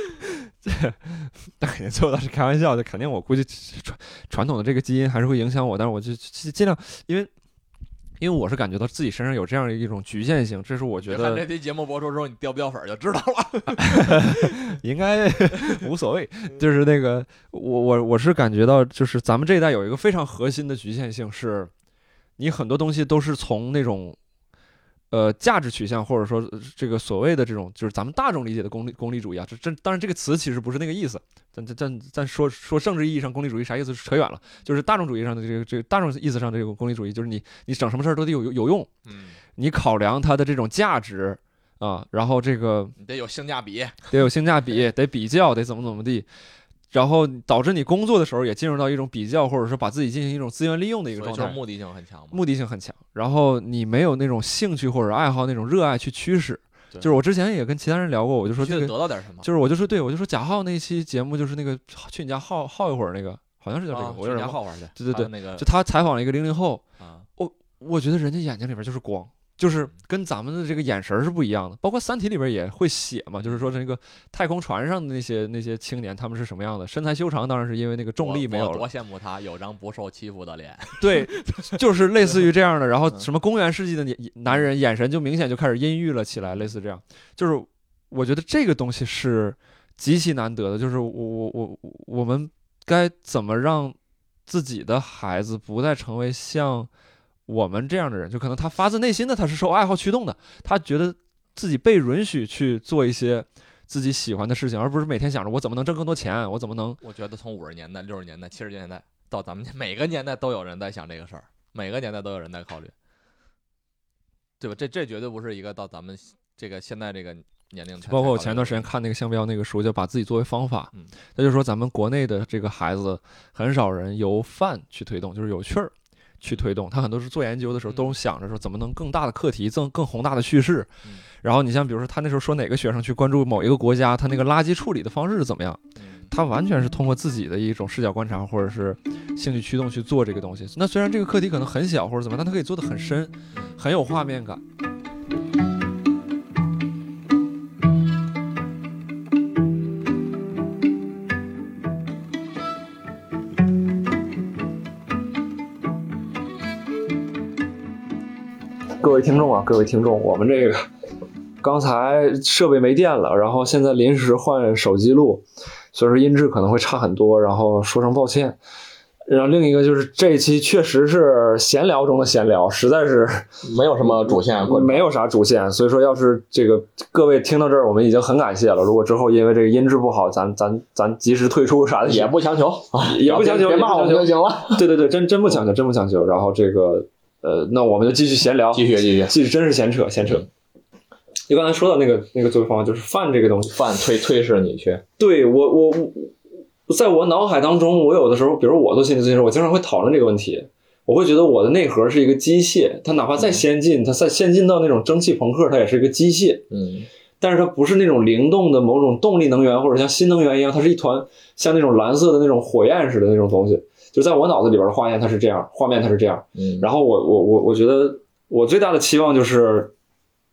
[laughs] 那肯定最后倒是开玩笑的，肯定我估计传传统的这个基因还是会影响我，但是我就尽尽量，因为因为我是感觉到自己身上有这样一种局限性，这是我觉看这得期节目播出之后，你掉不掉粉儿就知道了。应该无所谓，就是那个我我我是感觉到，就是咱们这一代有一个非常核心的局限性是，你很多东西都是从那种。呃，价值取向或者说呃这个所谓的这种，就是咱们大众理解的功利功利主义啊，这这当然这个词其实不是那个意思，咱咱咱咱说说政治意义上功利主义啥意思扯远了，就是大众主义上的这个这个大众意思上的这个功利主义，就是你你整什么事儿都得有有有用，嗯，你考量它的这种价值啊，然后这个你得有性价比。得有性价比，得比较，得怎么怎么地，然后导致你工作的时候也进入到一种比较，或者说把自己进行一种资源利用的一个所以状态，说目的性很强嘛。目的性很强，然后你没有那种兴趣或者爱好那种热爱去驱使，对就是我之前也跟其他人聊过，我就说去这个得到点什么？就是我就说对，我就说贾浩那期节目就是那个去你家耗耗一会儿那个，好像是叫这个，啊我有去点家忘。好玩去。对对对还有那个就他采访了一个零零后，啊，我觉得人家眼睛里边就是光，就是跟咱们的这个眼神儿是不一样的。包括《三体》里边也会写嘛，就是说这个太空船上的那些那些青年他们是什么样的，身材修长，当然是因为那个重力我没有我了多，羡慕他有张不受欺负的脸。 [laughs] 对， [laughs] 就是类似于这样的。然后嗯什么公元世纪的年男人眼神就明显就开始阴郁了起来，类似这样。就是我觉得这个东西是极其难得的，就是我我我我我们该怎么让自己的孩子不再成为像我们这样的人？就可能他发自内心的，他是受爱好驱动的，他觉得自己被允许去做一些自己喜欢的事情，而不是每天想着我怎么能挣更多钱，我怎么能我觉得从五十年代、六十年代、七十年代到咱们 [laughs] 每个年代都有人在想这个事儿，每个年代都有人在考虑，对吧？这这绝对不是一个到咱们这个现在这个年龄才。包括我才考虑前段时间看那个项标那个书，叫把自己作为方法，嗯他就说咱们国内的这个孩子很少人由饭去推动，就是有趣儿去推动。他很多是做研究的时候嗯都想着说怎么能更大的课题、更更宏大的叙事。嗯嗯然后你像比如说他那时候说哪个学生去关注某一个国家，他那个垃圾处理的方式是怎么样，的，嗯他完全是通过自己的一种视角观察或者是兴趣驱动去做这个东西。那虽然这个课题可能很小或者怎么样，但他可以做得很深，很有画面感。各位听众啊，各位听众，我们这个刚才设备没电了，然后现在临时换手机录，所以说音质可能会差很多，然后说声抱歉。然后另一个就是这一期确实是闲聊中的闲聊，实在是没有什么主线啊观没有啥主线，所以说要是这个各位听到这儿，我们已经很感谢了。如果之后因为这个音质不好，咱咱咱及时退出啥的也不强求，啊也不强求，别骂我们也就不强行了。求。对对对，真真不强求，真不强求。然后这个呃，那我们就继续闲聊，继续继续，其实真是闲扯闲扯。就刚才说到那个那个作为方法，就是饭这个东西。饭推推是你去，对我我我，在我脑海当中，我有的时候，比如我做心理咨询师，我经常会讨论这个问题。我会觉得我的内核是一个机械，它哪怕嗯再先进，它再先进到那种蒸汽朋克，它也是一个机械。嗯，但是它不是那种灵动的某种动力能源，或者像新能源一样，它是一团像那种蓝色的那种火焰似的那种东西。就在我脑子里边的画面，它是这样，画面它是这样。嗯然后我我我我觉得我最大的期望就是，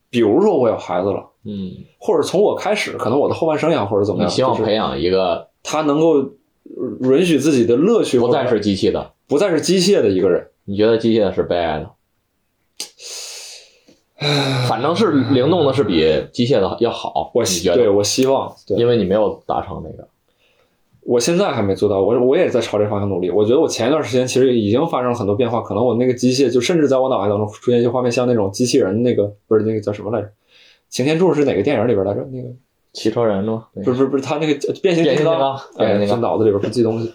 比如说我有孩子了，嗯，或者从我开始，可能我的后半生涯或者怎么你样，希望就是培养一个他能够呃允许自己的乐趣不再或是者机器的，不再是机械的一个人。你觉得机械的是悲哀 [sighs] 的？反正是灵动的是比机械的要好，我你希觉对得？我希望，对因为你没有达成那个，我现在还没做到，我我也在朝这方向努力。我觉得我前一段时间其实已经发生了很多变化，可能我那个机械就甚至在我脑海当中出现一些画面，像那种机器人那个不是那个叫什么来着？擎天柱是哪个电影里边来着？那个汽车人吗？不是不是不是他那个呃变形金变形金刚刚，哎，对那就个脑子里边不记东西。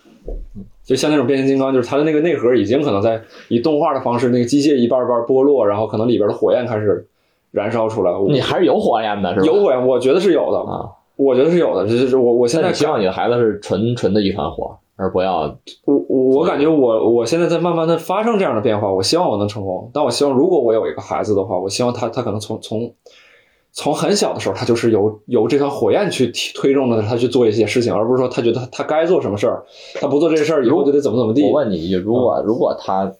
就像那种变形金刚，就是它的那个内核已经可能在以动画的方式，那个机械一瓣一瓣剥落，然后可能里边的火焰开始燃烧出来。我你还是有火焰的，是哎吧？有火焰，我觉得是有的，啊，我觉得是有的。就是我我现那在你希感望你的孩子是纯纯的一团火，而不要我我我感觉我我现在在慢慢的发生这样的变化，我希望我能成功。但我希望如果我有一个孩子的话，我希望他他可能从从从很小的时候，他就是由由这团火焰去提推动着他去做一些事情，而不是说他觉得他他该做什么事儿，他不做这事儿以后就得怎么怎么地我。问你一句，如果嗯如果他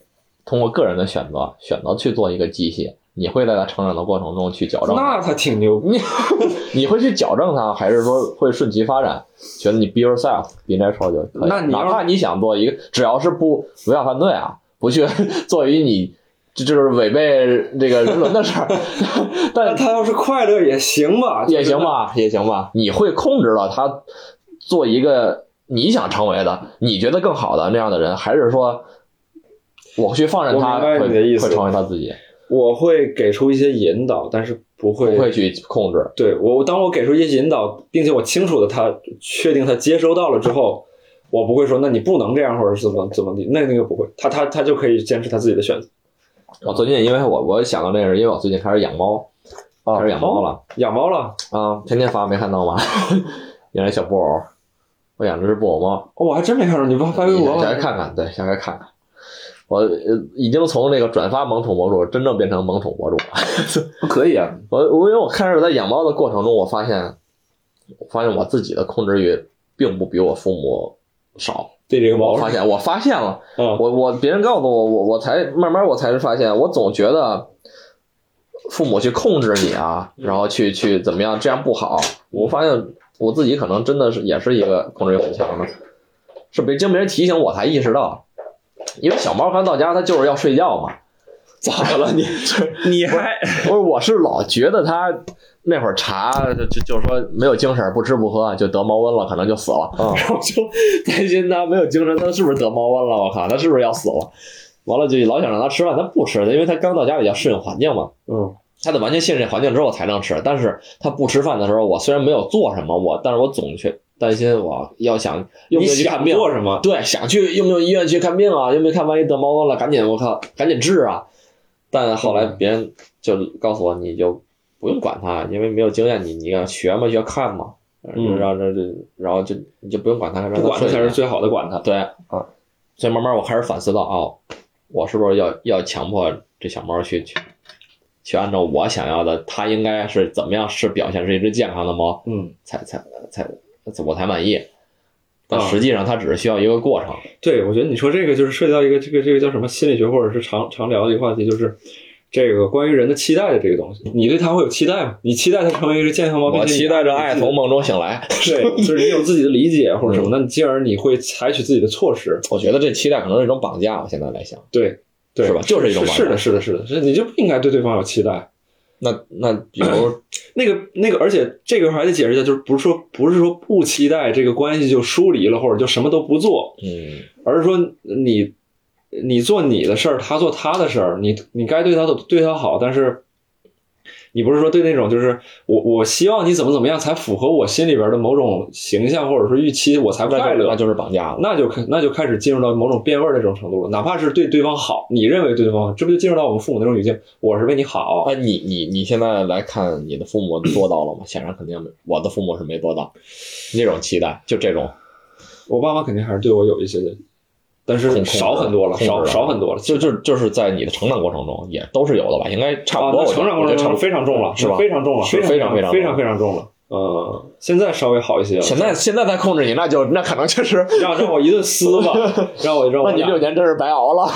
通过个人的选择选择去做一个机器，你会在他成长的过程中去矫正他？那他挺牛逼，你 [laughs] 你会去矫正他，还是说会顺其发展？觉得你 be yourself，be natural 就可以。那你要哪怕你想做一个，只要是不违法犯罪啊， [laughs] 不去做于你这就是违背这个人伦的事儿， [laughs] 但那他要是快乐也行吧，也行。吧，也行吧。你会控制了他做一个你想成为的、你觉得更好的那样的人，还是说我去放任他我明白会你的意思会成为他自己，我会给出一些引导，但是不会不会去控制？对我，我当我给出一些引导，并且我清楚的他确定他接收到了之后，我不会说那你不能这样，或者是怎么怎么地，那那个不会，他他他就可以坚持他自己的选择。我哦最近因为我我想到这个，是因为我最近开始养猫，开始养猫了养猫了，啊，天天发没看到吗？ [laughs] 养了小布偶，我养了只布偶猫。哦我还真没看着你发发微博你下来了。看看，对，下来看看。我呃已经从那个转发萌宠博主真正变成萌宠博主了。可以啊，我我因为我开始在养猫的过程中，我发现，我发现我自己的控制欲并不比我父母少。对这个猫我发现，我发现了，嗯，我我别人告诉我，我我才慢慢我才是发现，我总觉得父母去控制你啊，然后去去怎么样，这样不好。我发现我自己可能真的是也是一个控制欲很强的，是被经别人提醒我才意识到，因为小猫刚到家它就是要睡觉嘛。咋了你？你还不是，我是老觉得它那会儿查就就就是说没有精神，不吃不喝就得猫瘟了，可能就死了。嗯然后 [laughs] 就担心它没有精神，它是不是得猫瘟了？我靠，它是不是要死了？完了就老想让它吃饭，它不吃，因为它刚到家里要适应环境嘛。嗯，它得完全信任这环境之后才能吃。但是它不吃饭的时候，我虽然没有做什么，我但是我总去担心我 [laughs] 要想用你不用去看想病，做什么？对，想去用不用医院去看病啊？用不用看？万一得猫瘟了，赶紧我靠，赶紧治啊！但后来别人就告诉我，你就不用管它，因为没有经验，你你要学嘛，就要看嘛，嗯然后这这，然后就你就不用管它，让它不管它睡才一是下最好的，管它。对啊。所以慢慢我开始反思到，哦，我是不是要要强迫这小猫去去去按照我想要的，它应该是怎么样是表现是一只健康的猫，嗯，才才才我才满意。但啊实际上它只是需要一个过程。对，我觉得你说这个就是涉及到一个这个这个叫什么心理学，或者是常常聊的一个话题，就是这个关于人的期待的这个东西。你对他会有期待吗？你期待他成为一个健康毛病？我期待着爱从嗯梦中醒来。对，就是你有自己的理解或者什么，那你进而你会采取自己的措施，我觉得这期待可能是一种绑架。我现在来想，对，对是吧就是一种是玩的，法是的，是的，是你就不应该对对方有期待。那那比 [clears throat] 如那个那个，而且这个还得解释一下，就是不是说不是说不期待这个关系就疏离了，或者就什么都不做，嗯，而是说你你做你的事儿，他做他的事儿，你你该对他的对他好，但是你不是说对那种就是我我希望你怎么怎么样才符合我心里边的某种形象或者说预期，我才那就快乐那，就是绑架了。那就开那就开始进入到某种变味儿的这种程度了。哪怕是对对方好，你认为对方好，这不就进入到我们父母那种语境？我是为你好，那哎你你你现在来看，你的父 [clears throat] 母做到了吗？显然肯定没，我的父母是没做到。那种期待，就这种，我爸妈肯定还是对我有一些的，但控是控制少很多了，控制少了少很多了。就就就是在你的成长过程中也都是有的吧？应该差啊，不多。那成长我觉得我过程觉得中差非常重了，嗯是吧？非常重了，是非常非常非非常常非常重了。呃，现在稍微好一些了。现在现在再控制你，那就那可能就是，让让我一顿撕 [laughs] 吧，让我让 [laughs] 我那你俩六年真是白熬了。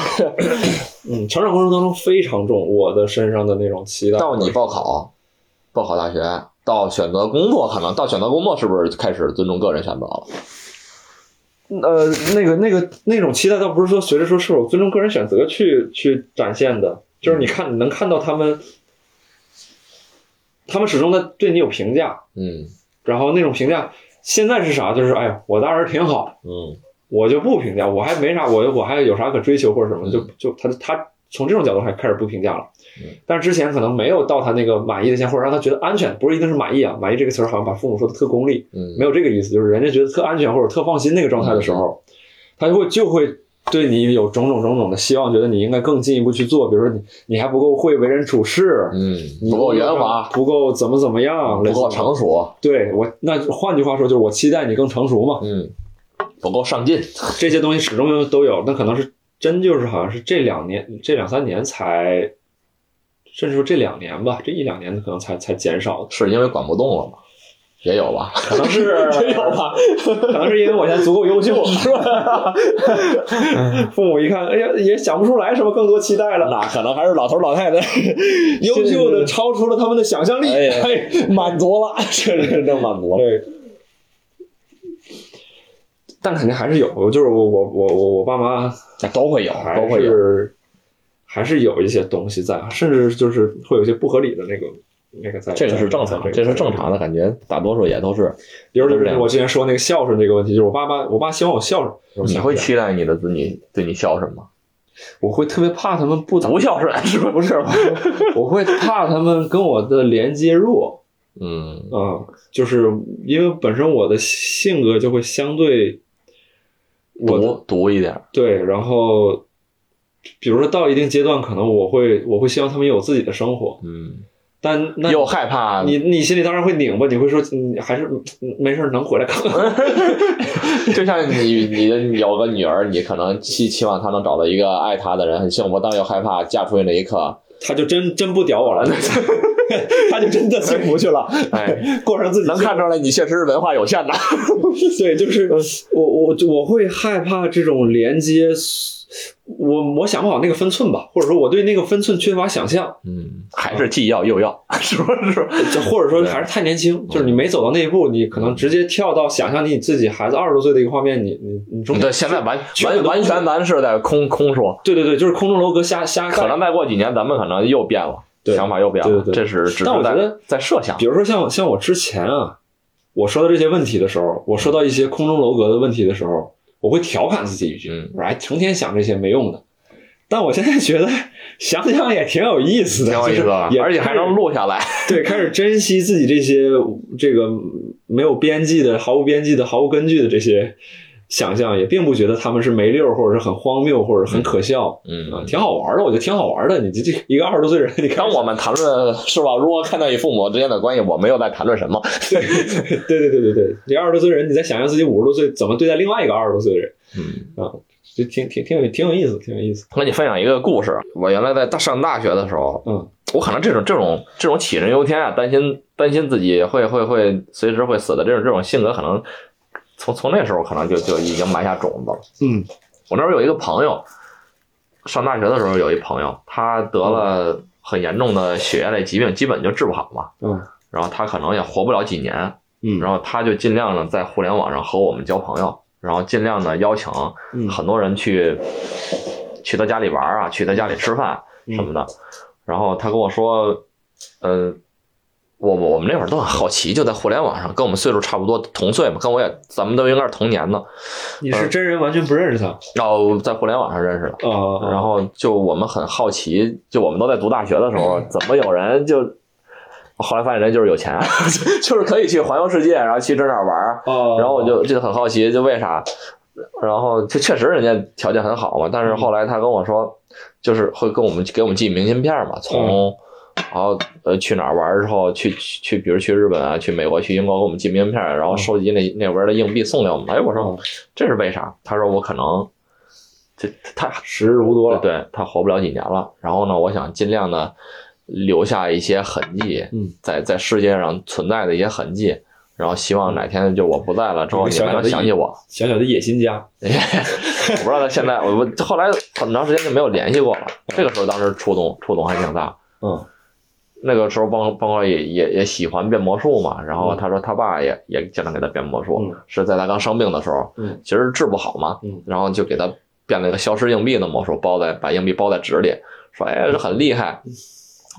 嗯，成长过程当中非常重，我的身上的那种期待。到你报考，报考大学，到选择工作，可能到选择工作是不是开始尊重个人选择了？呃，那个那个那种期待，倒不是说随着说是我尊重个人选择去去展现的，就是你看你能看到他们，他们始终在对你有评价，嗯然后那种评价现在是啥？就是哎呀，我的儿挺好，嗯，我就不评价，我还没啥，我我还有啥可追求或者什么，就就他他从这种角度还开始不评价了嗯。但是之前可能没有到他那个满意的线，或者让他觉得安全，不是一定是满意啊，满意这个词儿好像把父母说的特功利，嗯没有这个意思，就是人家觉得特安全或者特放心那个状态的时候，他就会就会对你有种种种种的希望，觉得你应该更进一步去做，比如说你你还不够会为人处事，嗯，你不够圆滑，不够怎么怎么样，不够成熟，对我，那换句话说就是我期待你更成熟嘛，嗯，不够上进。这些东西始终都有，那可能是真就是好像是这两年、这两三年才，甚至说这两年吧，这一两年可能才才减少的，是因为管不动了吗？也有吧，可能是也有吧，可能是因为我现在足够优 [laughs] 秀，父母一看，哎呀，也想不出来什么更多期待了， [laughs] 那可能还是老头老太太 [laughs] 优秀的，超出了他们的想象力，嗯哎呀哎，满足 [laughs] 了，确实真满足了。对。但肯定还是有，就是我我我我我爸妈哎都会有，还都会有。是还是有一些东西在，啊甚至就是会有一些不合理的那个那个在。这个是正在常，这是正。在常的感觉，大多数也都是。比如就都是是这样我之前说那个孝顺这个问题，就是我爸妈，我爸希望我孝顺，我你想嗯会不想期待你的子女对你孝顺吗？我会特别怕他们不怎么不孝顺 [laughs] 是不是？我会怕他们跟我的连接弱，嗯嗯，就是因为本身我的性格就会相对我的独独一点儿，对，然后比如说到一定阶段，可能我会我会希望他们有自己的生活，嗯，但那又害怕你，你心里当然会拧巴，你会说你还是嗯没事儿能回来看看。就像你你的有个女儿，你可能期期望她能找到一个爱她的人，很幸福，但又害怕嫁出去那一刻，他就真真不屌我 [laughs] 了，他就真的幸福去了， [laughs] [laughs] 哎，过上自己能看出嗯来你确实是文化有限的。对，就是我我我会害怕这种连接，我我想不好那个分寸吧，或者说我对那个分寸缺乏想象，嗯，还是既要 [laughs] 又要，是不是？就或者说还是太年轻，嗯就是你没走到那一步，你可能直接跳到想象你自己孩子二十多岁的一个画面，你你你中嗯对，现在完 [laughs] 全完部都完全咱是在空空说，对对对，就是空中楼阁瞎瞎可盖能再过几年咱们可能又变了，对想法又变了，对对对这是只但是我觉在得在设想比。如说像像我之前啊，我说到这些问题的时候，我说到一些空中楼阁的问题的时候，我会调侃自己一句，嗯我还成天想这些没用的。但我现在觉得 [laughs] 想想也挺有意思的，挺有意思的就是也，而且还能录下来。 [laughs] 对，开始珍惜自己这些这个没有边际的、毫无边际的、毫无根据的这些想象，也并不觉得他们是没溜儿，或者是很荒谬，或者是很可笑，啊，嗯，挺好玩的，我觉得挺好玩的。你这这一个二十多岁人，你看当我们谈论是吧？如何看待与父母之间的关系，我没有在谈论什么。 [laughs] 对对对对对，你二十多岁人，你在想象自己五十多岁怎么对待另外一个二十多岁的人，嗯，就挺挺挺有挺有意思，挺有意思。我跟你分享一个故事。我原来在大上大学的时候，嗯，我可能这种这种这种杞人忧天啊，担心担心自己会会会随时会死的这种这种性格，可能从从那时候可能就就已经埋下种子了。嗯我那时候有一个朋友，上大学的时候有一朋友，他得了很严重的血液类疾病，基本就治不好嘛。嗯然后他可能也活不了几年，嗯，然后他就尽量的在互联网上和我们交朋友，然后尽量的邀请嗯很多人去、去他家里玩啊，去他家里吃饭什么的。然后他跟我说，呃，我我我们那会儿都很好奇，就在互联网上，跟我们岁数差不多，同岁嘛，跟我也咱们都应该是同年的。你是真人完全不认识他然后在互联网上认识的，啊？然后就我们很好奇，就我们都在读大学的时候，怎么有人就后来发现人就是有钱， [laughs] 就是可以去环游世界，然后去这那儿玩儿。啊，然后我就就很好奇，就为啥？然后就确实人家条件很好嘛，但是后来他跟我说，就是会跟我们给我们寄明信片嘛，从然后呃去哪儿玩儿之后，去去去，比如去日本啊，去美国，去英国给我们寄明信片，然后收集那那边的硬币送给我们。哎，我说嗯这是为啥？他说我可能这他时日无多了，对他活不了几年了。然后呢，我想尽量的留下一些痕迹，嗯，在在世界上存在的一些痕迹。然后希望哪天就我不在了之后，嗯有个你小小们能的想意起我。小小的野心家，我不知道他现在，我我后来很长时间就没有联系过了。这个时候当时触动触动还挺大。嗯那个时候帮帮哥也也也喜欢变魔术嘛，然后嗯他说他爸也也经常给他变魔术，嗯是在他刚生病的时候，嗯其实治不好嘛，嗯然后就给他变了一个消失硬币的魔术，包在把硬币包在纸里，说哎这很厉害。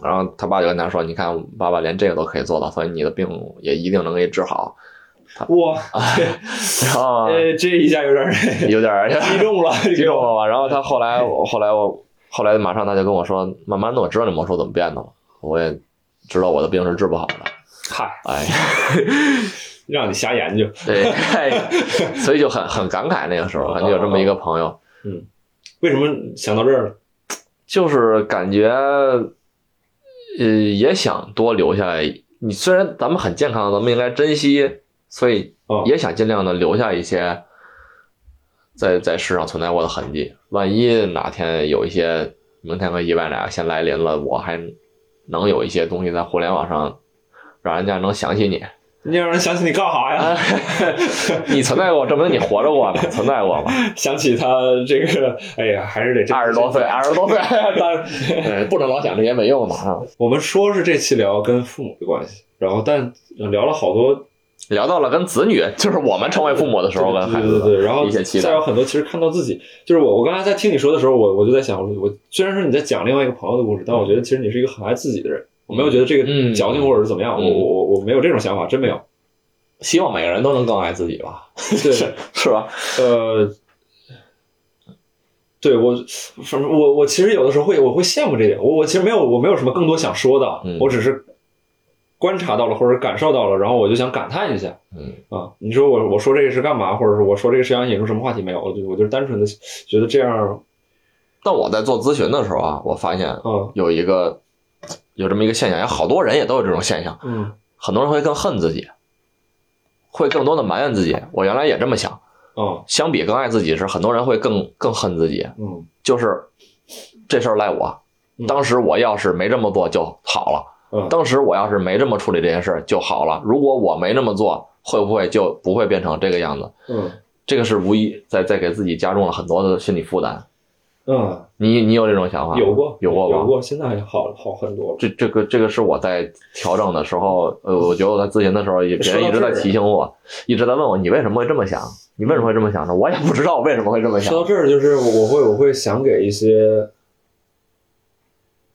然后他爸就跟他说：“你看，爸爸连这个都可以做到，所以你的病也一定能给你治好。哇，”然后呃，这一下有 [laughs] 点儿 [laughs] 有点儿击中了， [laughs] 激动了吧？然后他后哎来，我后来我后来马上他就跟我说，慢慢的我知道这魔术怎么变的了，我也知道我的病是治不好的。嗨，哎，让你瞎研 [laughs] 究。对， [laughs] 哎所以就很很感慨那个时候，感觉有这么一个朋友，为什么想到这儿了？就是感觉，呃，也想多留下来。你虽然咱们很健康，咱们应该珍惜，所以哦也想尽量的留下一些在在世上存在过的痕迹。万一哪天有一些明天和意外哪个先来临了，我还能有一些东西在互联网上，让人家能想起你。 [laughs] 你让人想起你干啥呀？你存在过，证明你活着过嘛，存在过嘛。想起他这个，哎呀，还是得这 [laughs] 二十多岁，二十多岁，但 [laughs] 哎不能老想这些没用的啊。我们说是这期聊跟父母的关系，然后但聊了好多聊到了跟子女，就是我们成为父母的时候跟孩对对子对对，然后一些期再待有。很多其实看到自己，就是我我刚才在听你说的时候，我我就在想，我我虽然说你在讲另外一个朋友的故事，但我觉得其实你是一个很爱自己的人，我没有觉得这个嗯矫情或者是怎么样，嗯我我我我没有这种想法，真没有。希望每个人都能更爱自己吧， [laughs] 对，是吧？呃，对我，反正我我其实有的时候会我会羡慕这点，我我其实没有我没有什么更多想说的，嗯我只是观察到了或者感受到了，然后我就想感叹一下。嗯啊，你说我我说这个是干嘛，或者是我说这个是想引出什么话题没有？我就我就是单纯的觉得这样，但我在做咨询的时候啊，我发现嗯有一个有这么一个现象，也好多人也都有这种现象，嗯很多人会更恨自己，会更多的埋怨自己。我原来也这么想，嗯相比更爱自己时，很多人会更更恨自己，嗯就是这事儿赖我嗯。当时我要是没这么做就好了。嗯，当时我要是没这么处理这件事儿就好了。如果我没那么做，会不会就不会变成这个样子？嗯这个是无疑在在给自己加重了很多的心理负担。嗯，你你有这种想法吗？有过有过吧有过，现在好好很多了。这这个这个是我在调整的时候，呃，我觉得我在咨询的时候，也别人一直在提醒我，一直在问我你为什么会这么想，你为什么会这么想呢？我也不知道为什么会这么想说。到这儿，就是我会我会想给一些，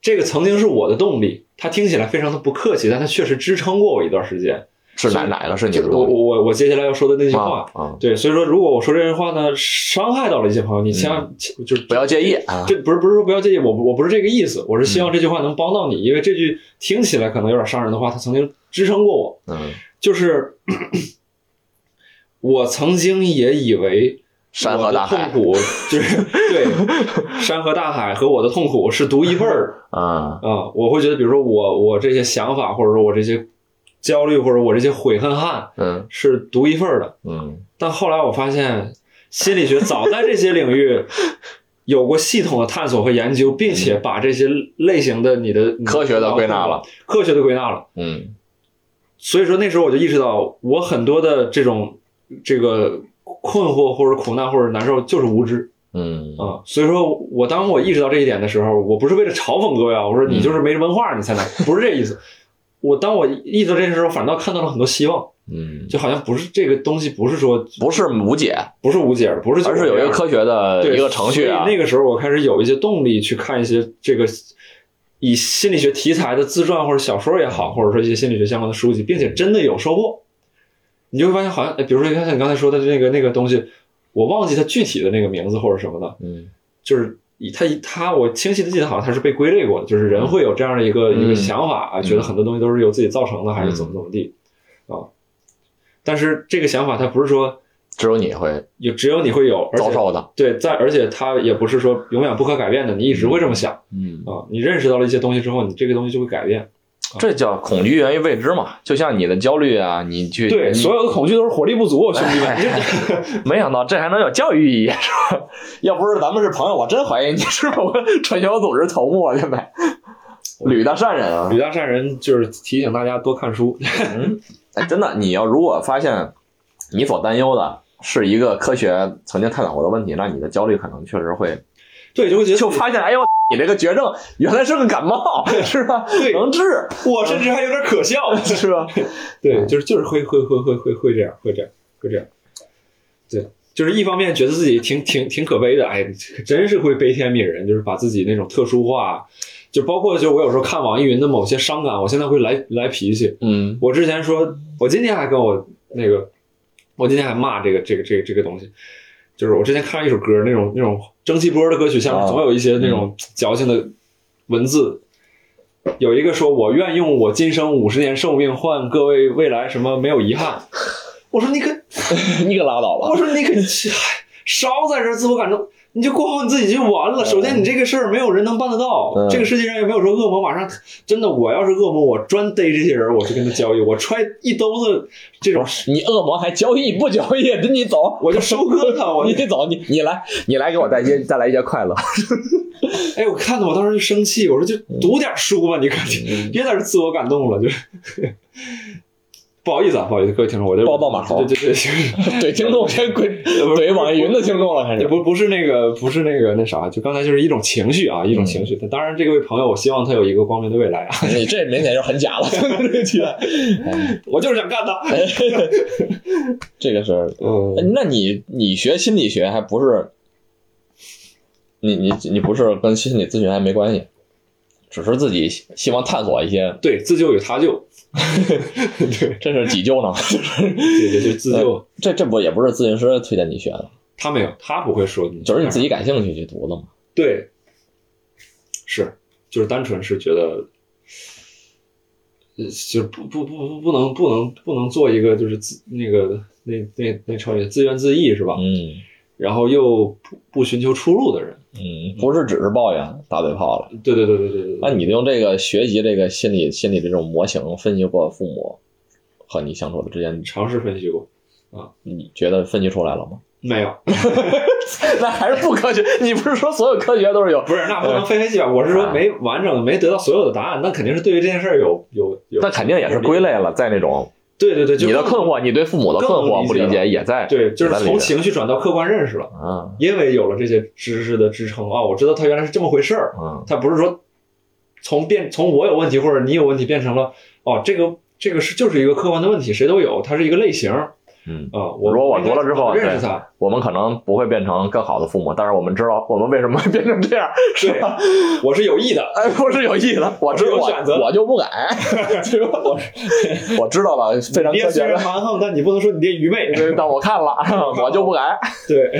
这个曾经是我的动力，它听起来非常的不客气，但它确实支撑过我一段时间。是哪哪个是你就是的我动力我我我接下来要说的那句啊话，啊？对，所以说如果我说这句话呢，伤害到了一些朋友，你千万切就是不要介意啊！这不是不是说不要介意，我不我不是这个意思，我是嗯希望这句话能帮到你，因为这句听起来可能有点伤人的话，它曾经支撑过我，嗯，就是 [clears throat] 我曾经也以为山河大我的海痛苦就是 [laughs] 对山河大海和我的痛苦是独一份儿啊，的啊，我会觉得，比如说我我这些想法，或者说我这些焦虑，或者我这些悔恨汗嗯是独一份儿的，嗯但后来我发现，心理学早在这些领 [laughs] 域有过系统的探索和研究，并且把这些类型的你的嗯啊科学地归纳了，科学的归纳了。嗯所以说那时候我就意识到，我很多的这种这个困惑或者苦难或者难受就是无知嗯啊、所以说我当我意识到这一点的时候，我不是为了嘲讽各位啊，我嗯说你就是没文化你才难，不是这意思。我当我意识到这件事的时候，反倒看到了很多希望，嗯，就好像不是这个东西，不是说不是无解，不是无解的，不是就而是有一这个样科学的对一个程序啊所以。那个时候我开始有一些动力去看一些这个以心理学题材的自传或者小说也好，或者说一些心理学相关的书籍，并且真的有收获。你就会发现，好像，哎比如说像你刚才说的那个那个东西，我忘记它具体的那个名字或者什么了，嗯就是以它以它，我清晰的记得好像它是被归类过的，就是人会有这样的一个、嗯一个想法啊，觉得很多东西都是由自己造成的，还是怎么怎么地啊。但是这个想法它不是说只有你会有只有你会有，而且遭受的。对，在而且它也不是说永远不可改变的，你一直会这么想嗯，啊。你认识到了一些东西之后，你这个东西就会改变。这叫恐惧源于未知嘛，就像你的焦虑啊，你去对，你所有的恐惧都是火力不足，啊兄弟们。 [laughs] 没想到这还能有教育意义，是吧？要不是咱们是朋友，我真怀疑你是某个传销组织头目啊！现在，吕大善人啊吕，大善人就是提醒大家多看书。嗯 [laughs] 哎，真的，你要如果发现你所担忧的是一个科学曾经探讨过的问题，那你的焦虑可能确实会 [laughs] 对，就会觉得就发现，哎呦，你这个绝症原来是个感冒，是吧？对 [laughs] 能治，我甚至还有点可笑。是吧？ [laughs] 对，就是就是会会会会会会这样，会这样，会这样。对，就是一方面觉得自己挺挺挺可悲的，哎，真是会悲天悯人，就是把自己那种特殊化，就包括就我有时候看网易云的某些伤感，我现在会来来脾气。嗯我之前说，我今天还跟我那个，我今天还骂这个这个这个这个东西，就是我之前看了一首歌，那种那种蒸汽波的歌曲下面啊总有一些那种矫情的文字，有一个说我愿用我今生五十年寿命换各位未来什么没有遗憾，我说你可你可拉倒吧我。说你可少哎在这儿自我感动，你就过好你自己就完了。首先，你这个事儿没有人能办得到，嗯这个世界上也没有说恶魔马上真的。我要是恶魔，我专逮这些人，我去跟他交易，我揣一兜子这种，你恶魔还交易不交易？你走，我就收割他。我你走，你你来，你来给我带 [laughs] 一些带来一些快乐。哎，我看的我当时就生气，我说就嗯读点书吧，你看，别在这儿自我感动了，就是。不好意思啊，不好意思，各位听众，我这抱抱马猴对对对，就是怼听众先怼怼网易云的听众了，开也始。不不是那个不是那个那啥，就刚才就是一种情绪啊，一种情嗯绪。但当然，这位朋友，我希望他有一个光明的未来啊。你这明显就是很 [laughs] 假了，这个期待。我就是想干他。这个是，哎嗯，那你你学心理学还不是？你你你不是跟心理咨询还没关系，只是自己希希望探索一些，对，自救与他 [laughs] 救，对，这是急救呢？ [laughs] 对对，就自救。这这不也不是咨询师推荐你学的，他没有，他不会说你，哎就是你自己感兴趣去读的嘛。对，是，就是单纯是觉得，呃就是不不不不不能不能不能做一个就是自那个那那那成语自怨自艾是吧？嗯然后又不不寻求出路的人。嗯，不是只是抱怨打嘴炮了。对对对对对对那对。你用这个学习这个心理心理这种模型分析过父母和你相处的之间，尝试分析过你觉得分析出来了吗？没有？ [laughs] 那还是不科学。你不是说所有科学都是有？不是，那不能非黑即白。我是啊说没完整的，没得到所有的答案，那肯定是对于这件事儿有有有。那肯定也是归类了，在那种对对对，就你的更困惑，你对父母的更困理惑不解理解了也在对，就是也在里从面情绪转到客观认识了，啊因为有了这些知识的支撑啊，我知道它原来是这么回事儿，嗯它不是说从变从我有问题或者你有问题变成了哦，这个这个是就是一个客观的问题，谁都有，它是一个类型啊。嗯。我如果我应该读了之后怎么认识对它，我们可能不会变成更好的父母，但是我们知道我们为什么会变成这样，是对吧？我是有意 [laughs] 的。哎，不是有意的，我知道有选择我，我就不 [laughs] 改，对吧？我我知道了，非常爹科虽学然的，蛮横，但你不能说你爹愚昧。但我看了， [laughs] 我就不改。对，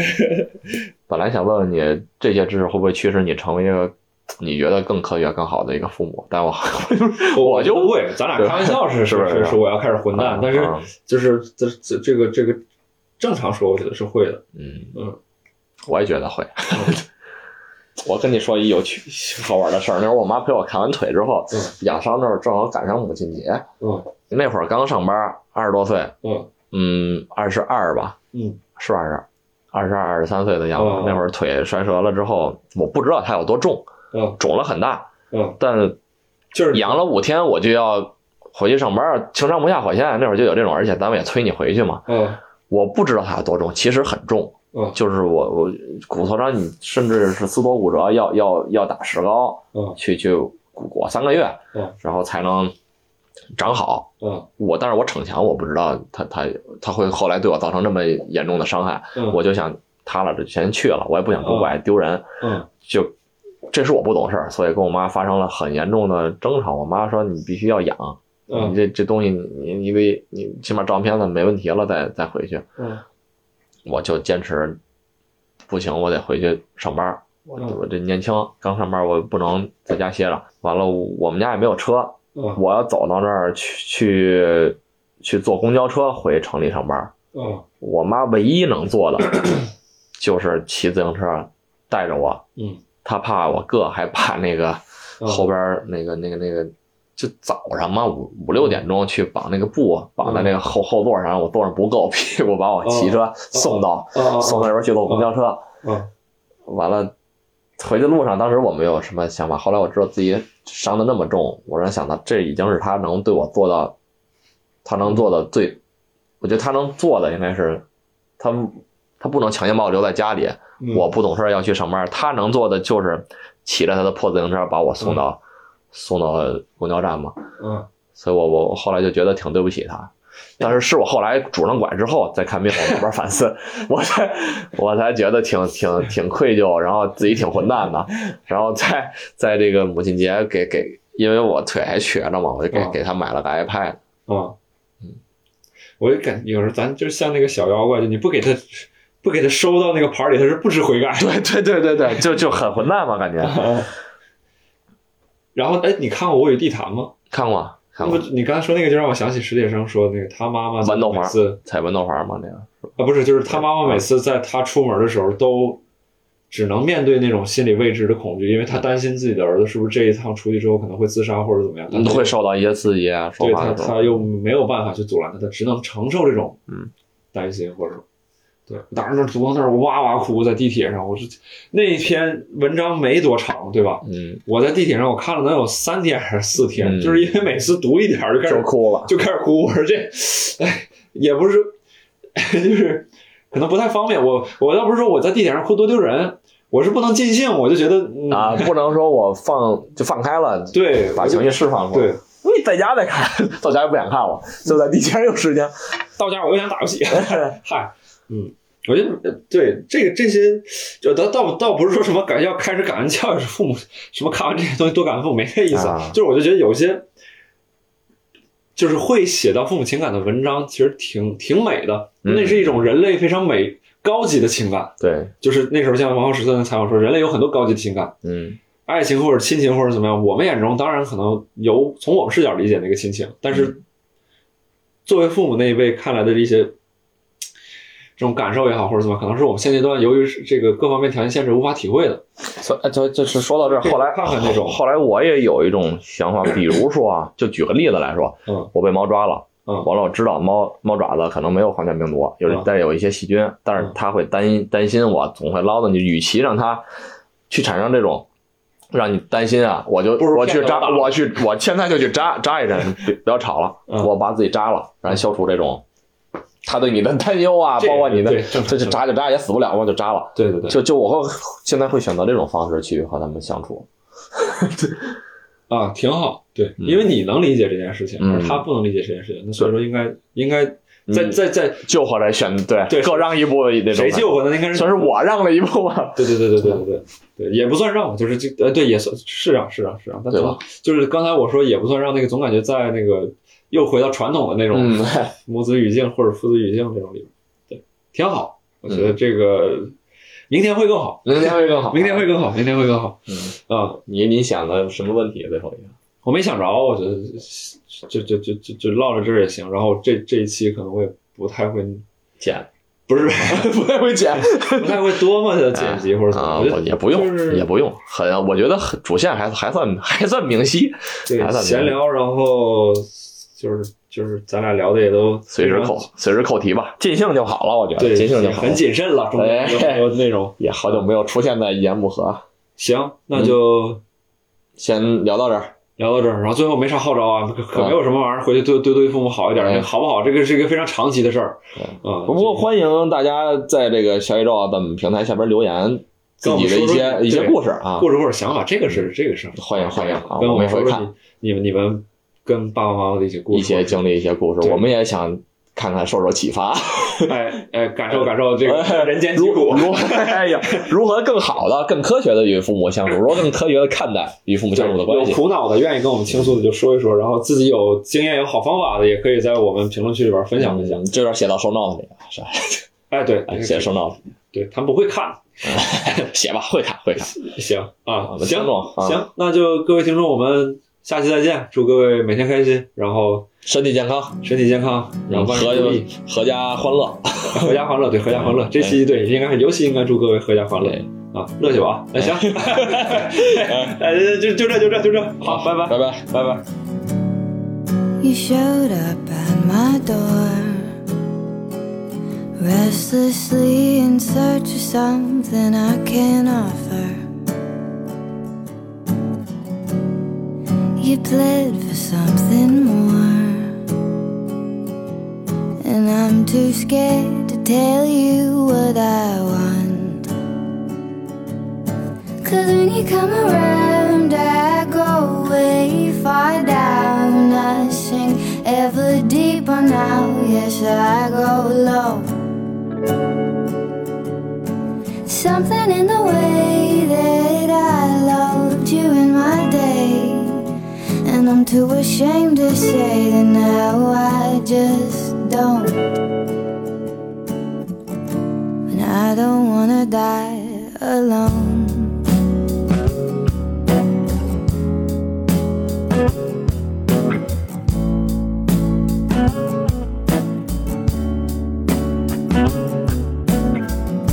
[laughs] 本来想问问你，这些知识会不会驱使你成为一个你觉得更科学、更好的一个父母？但 [laughs] 我我就不会，咱俩开玩 [laughs] 笑是是不是是嗯是我要开始混蛋，但是就是这这这个这个正常说，我觉得是会的。嗯嗯，我也觉得会。 [laughs] 我跟你说一有趣好玩的事儿，那会儿我妈陪我看完腿之后嗯，养伤那会儿正好赶上母亲节，嗯那会儿刚上班，二十多岁，嗯嗯，二十二吧，嗯是不是？二十二、二十三岁的样子，哦那会儿腿摔折了之后，我不知道它有多重，嗯肿了很大，嗯，但就是 [laughs] 养了五天，我就要回去上班，情商不下火线。那会儿就有这种，而且单位也催你回去嘛。嗯我不知道它有多重，其实很重。嗯就是我我骨头上你甚至是撕多骨折要要要打石膏嗯去去骨裹三个月嗯，然后才能长好。嗯我但是我逞强，我不知道它它它会后来对我造成这么严重的伤害，嗯我就想塌了就先去了，我也不想不拐丢人。嗯就这是我不懂事儿，所以跟我妈发生了很严重的争吵。我妈说你必须要养，你嗯这这东西你你为你起码照片子没问题了再再回去。嗯我就坚持不行，我得回去上班儿。我嗯我这年轻刚上班儿，我不能在家歇着。完了，我们家也没有车，嗯我要走到那儿去去去坐公交车回城里上班儿。嗯我妈唯一能做 [clears throat] 的就是骑自行车带着我，嗯，她怕我硌，还怕那个嗯后边儿那个那个那个，就早上嘛五五六点钟去绑那个布绑在嗯那个后后座上，我坐上不够， [laughs] 屁股把我骑车送到嗯送到那边去坐公交车，嗯完了。回去路上，当时我没有什么想法。后来我知道自己伤的那么重，我让想到这已经是他能对我做到，他能做的最，我觉得他能做的应该是，他他不能强行把我留在家里，嗯我不懂事儿要去上班，他能做的就是骑着他的破自行车把我送到、送到公交站嘛。嗯所以我我我后来就觉得挺对不起他，但是是我后来拄上拐之后再看病，我慢慢反思， [laughs] 我才我才觉得挺挺挺愧疚，然后自己挺混蛋的，然后在在这个母亲节给给，因为我腿还瘸着嘛，我就给嗯给他买了个 iPad，嗯，我就感有时候咱就像那个小妖怪，就你不给他 [laughs] 不给他收到那个盘里，他是不知悔改的。对对对对对，就就很混蛋嘛，感觉 [laughs] 然后哎，你看过《我与地坛》吗？看过看那不过，，你刚才说那个就让我想起史铁生说那个他妈妈豌豆黄每次踩豌豆黄嘛那个，啊不是，就是他妈妈每次在他出门的时候都只能面对那种心理未知的恐惧，因为他担心自己的儿子是不是这一趟出去之后可能会自杀或者怎么样，他嗯会受到一些刺激啊，说对话他的时候他又没有办法去阻拦他，他只能承受这种嗯担心或者。对，当时读到那儿哇哇哭，在地铁上，我是那篇文章没多长，对吧？嗯我在地铁上我看了能有三天还是四天，嗯就是因为每次读一点儿就开始就哭了，就开始哭。我说这，哎，也不是， [laughs] 就是可能不太方便。我我要不是说我在地铁上哭多丢人，我是不能尽兴，我就觉得、嗯、啊，不能说我放就放开了，对，把情绪释放出来。对，你在家再看， [laughs] 到家也不想看了，就在地铁上有时 [laughs] 间。到家我又想打游戏，嗨，嗯。我觉得呃对这个这些，就倒倒倒不是说什么感要开始感恩教育父母，什么看完这些东西多感恩父母没这意思，啊就是我就觉得有些，就是会写到父母情感的文章，其实挺挺美的，嗯那是一种人类非常美高级的情感。对，就是那时候像王浩石的采访说，人类有很多高级的情感，嗯爱情或者亲情或者怎么样，我们眼中当然可能有从我们视角理解那个亲情，但嗯是作为父母那一辈看来的一些嘖这种感受也好或者怎么样，可能是我们现阶段由于是这个各方面条件限制无法体会的。所以就就是说到这儿，对后来看看那种后来我也有一种想法，比如说啊，就举个例子来说，嗯我被猫抓了，嗯完了我知道猫猫爪子可能没有狂犬病毒，有嗯但是有一些细菌，但是嗯它会担担心我总会唠叨你，与其让它去产生这种。让你担心啊！我就不如我去骗扎，它吧我去，我现在就去扎扎一针，别不要吵了，嗯我把自己扎了，然后消除这种他对你的担忧啊，这个包括你的对正常这就扎就扎，也死不了嘛，就扎了。对对对，就就我会现在会选择这种方式去和他们相处。啊，挺好，对，嗯因为你能理解这件事情，嗯而他不能理解这件事情，那所以说应该应该在嗯在在救或者选对对各让一步那种。谁救？我呢？应该是 [laughs] 算是我让了一步啊吧。 [laughs] 对对对对对对对对，也不算让，就是这呃对也算是让是让是让，但对总吧就是刚才我说也不算让，那个总感觉在那个又回到传统的那种嗯， [laughs] 母子语境或者父子语境这种里边，对，挺好，我觉得嗯这个明天会更好，明天会更好。明天会更好，明天会更好，嗯啊，你你想的什么问题？啊最后一个。我没想着，我觉得就就就就就唠到这儿也行，然后这这一期可能我也不太会， [laughs] 剪不是不太会剪不太会多么的剪辑或者怎么啊，样，我觉我得也不就是用，也不用，很，我觉得很主线还还算还算明晰，对还算明闲聊，然后就是就是咱俩聊的也都随时扣，随时扣题吧，尽兴就好了，我觉得对，尽兴就好了哎很。谨慎了，中间有很多内容。也好久没有出现在一言不合，行，那就啊先聊到这儿，聊到这儿，然后最后没啥号召啊，可可嗯没有什么玩意儿，回去对对对父母好一点，嗯好不好？这个是一个非常长期的事儿，嗯，哎不过欢迎大家在这个小宇宙啊本平台下边留言自己的一跟我们说些说一些对故事啊，或者或者想法，这个是这个是欢迎欢迎啊跟我我们们也说会说看你你们你们跟爸爸妈妈的一些故一事，些经历一些故事，对我们也想看看受受启发，哎哎，感 [laughs] 受感受这个人间疾如苦，如 [laughs] 哎呀，如何更好的、更科学的与父母相处，如何更科学的看待与父母相处的关有系。苦恼的，愿意跟我们倾诉的就说一说，然后自己有经验、有好方法的，也可以在我们评论区里边分享分享。嗯这段写到收 note 里了，是吧哎，对，哎写收 note 里对他们不会看， [laughs] 写吧，会看会看。行啊我，们行听众啊行，那就各位听众，我们下期再见，祝各位每天开心，然后身体健康，身体健康，然后嗯万阖事如意，阖家欢乐。阖家欢乐，对，阖家欢乐。这期对应该是尤其应该祝各位阖家欢乐嗯对啊，乐去吧啊，那行， [laughs] 哎，就就这就这就这，好，拜拜拜拜。 [laughs] 拜拜。 You showed up at my door, restlessly in search of something I can offer. You pled for something more, and I'm too scared to tell you what I want. Cause when you come around, I go way far down. I sink ever deeper now. Yes, I go low. Something in the way that I loved you in my day. And I'm too ashamed to say that now I just don't. And I don't wanna die alone.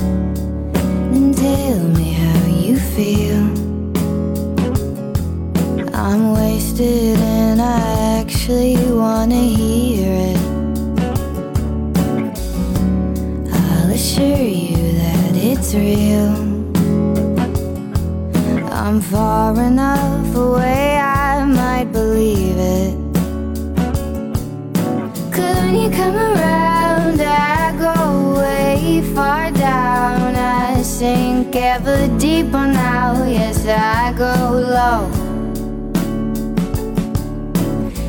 and tell me how you feel. I'm wasted and I actually wanna hear it. I'll assure you that it's real. I'm far enough away, I might believe it. Cause when you come around, I go way far down. I sink ever deeper now. Yes, I go low.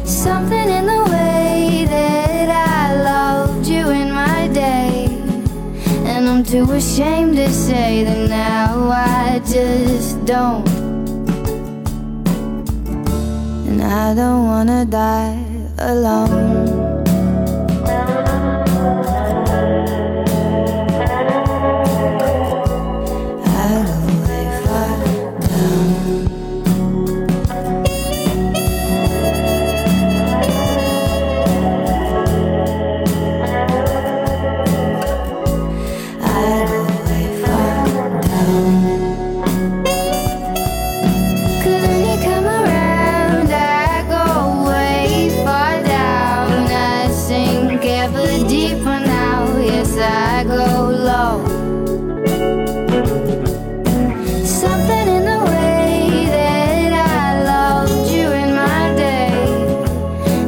Something in the way that I loved you in my day. And I'm too ashamed to say that now I just don't. And I don't wanna die alone. I go way far down. I go way far down. 'Cause when you come around, I go way far down. I sink ever deeper now. Yes, I go low. Something in the way that I loved you in my day.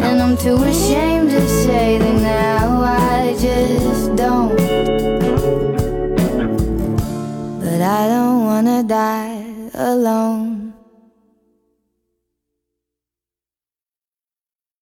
And I'm too ashamed to say that now I just don't. But I don't wanna die alone.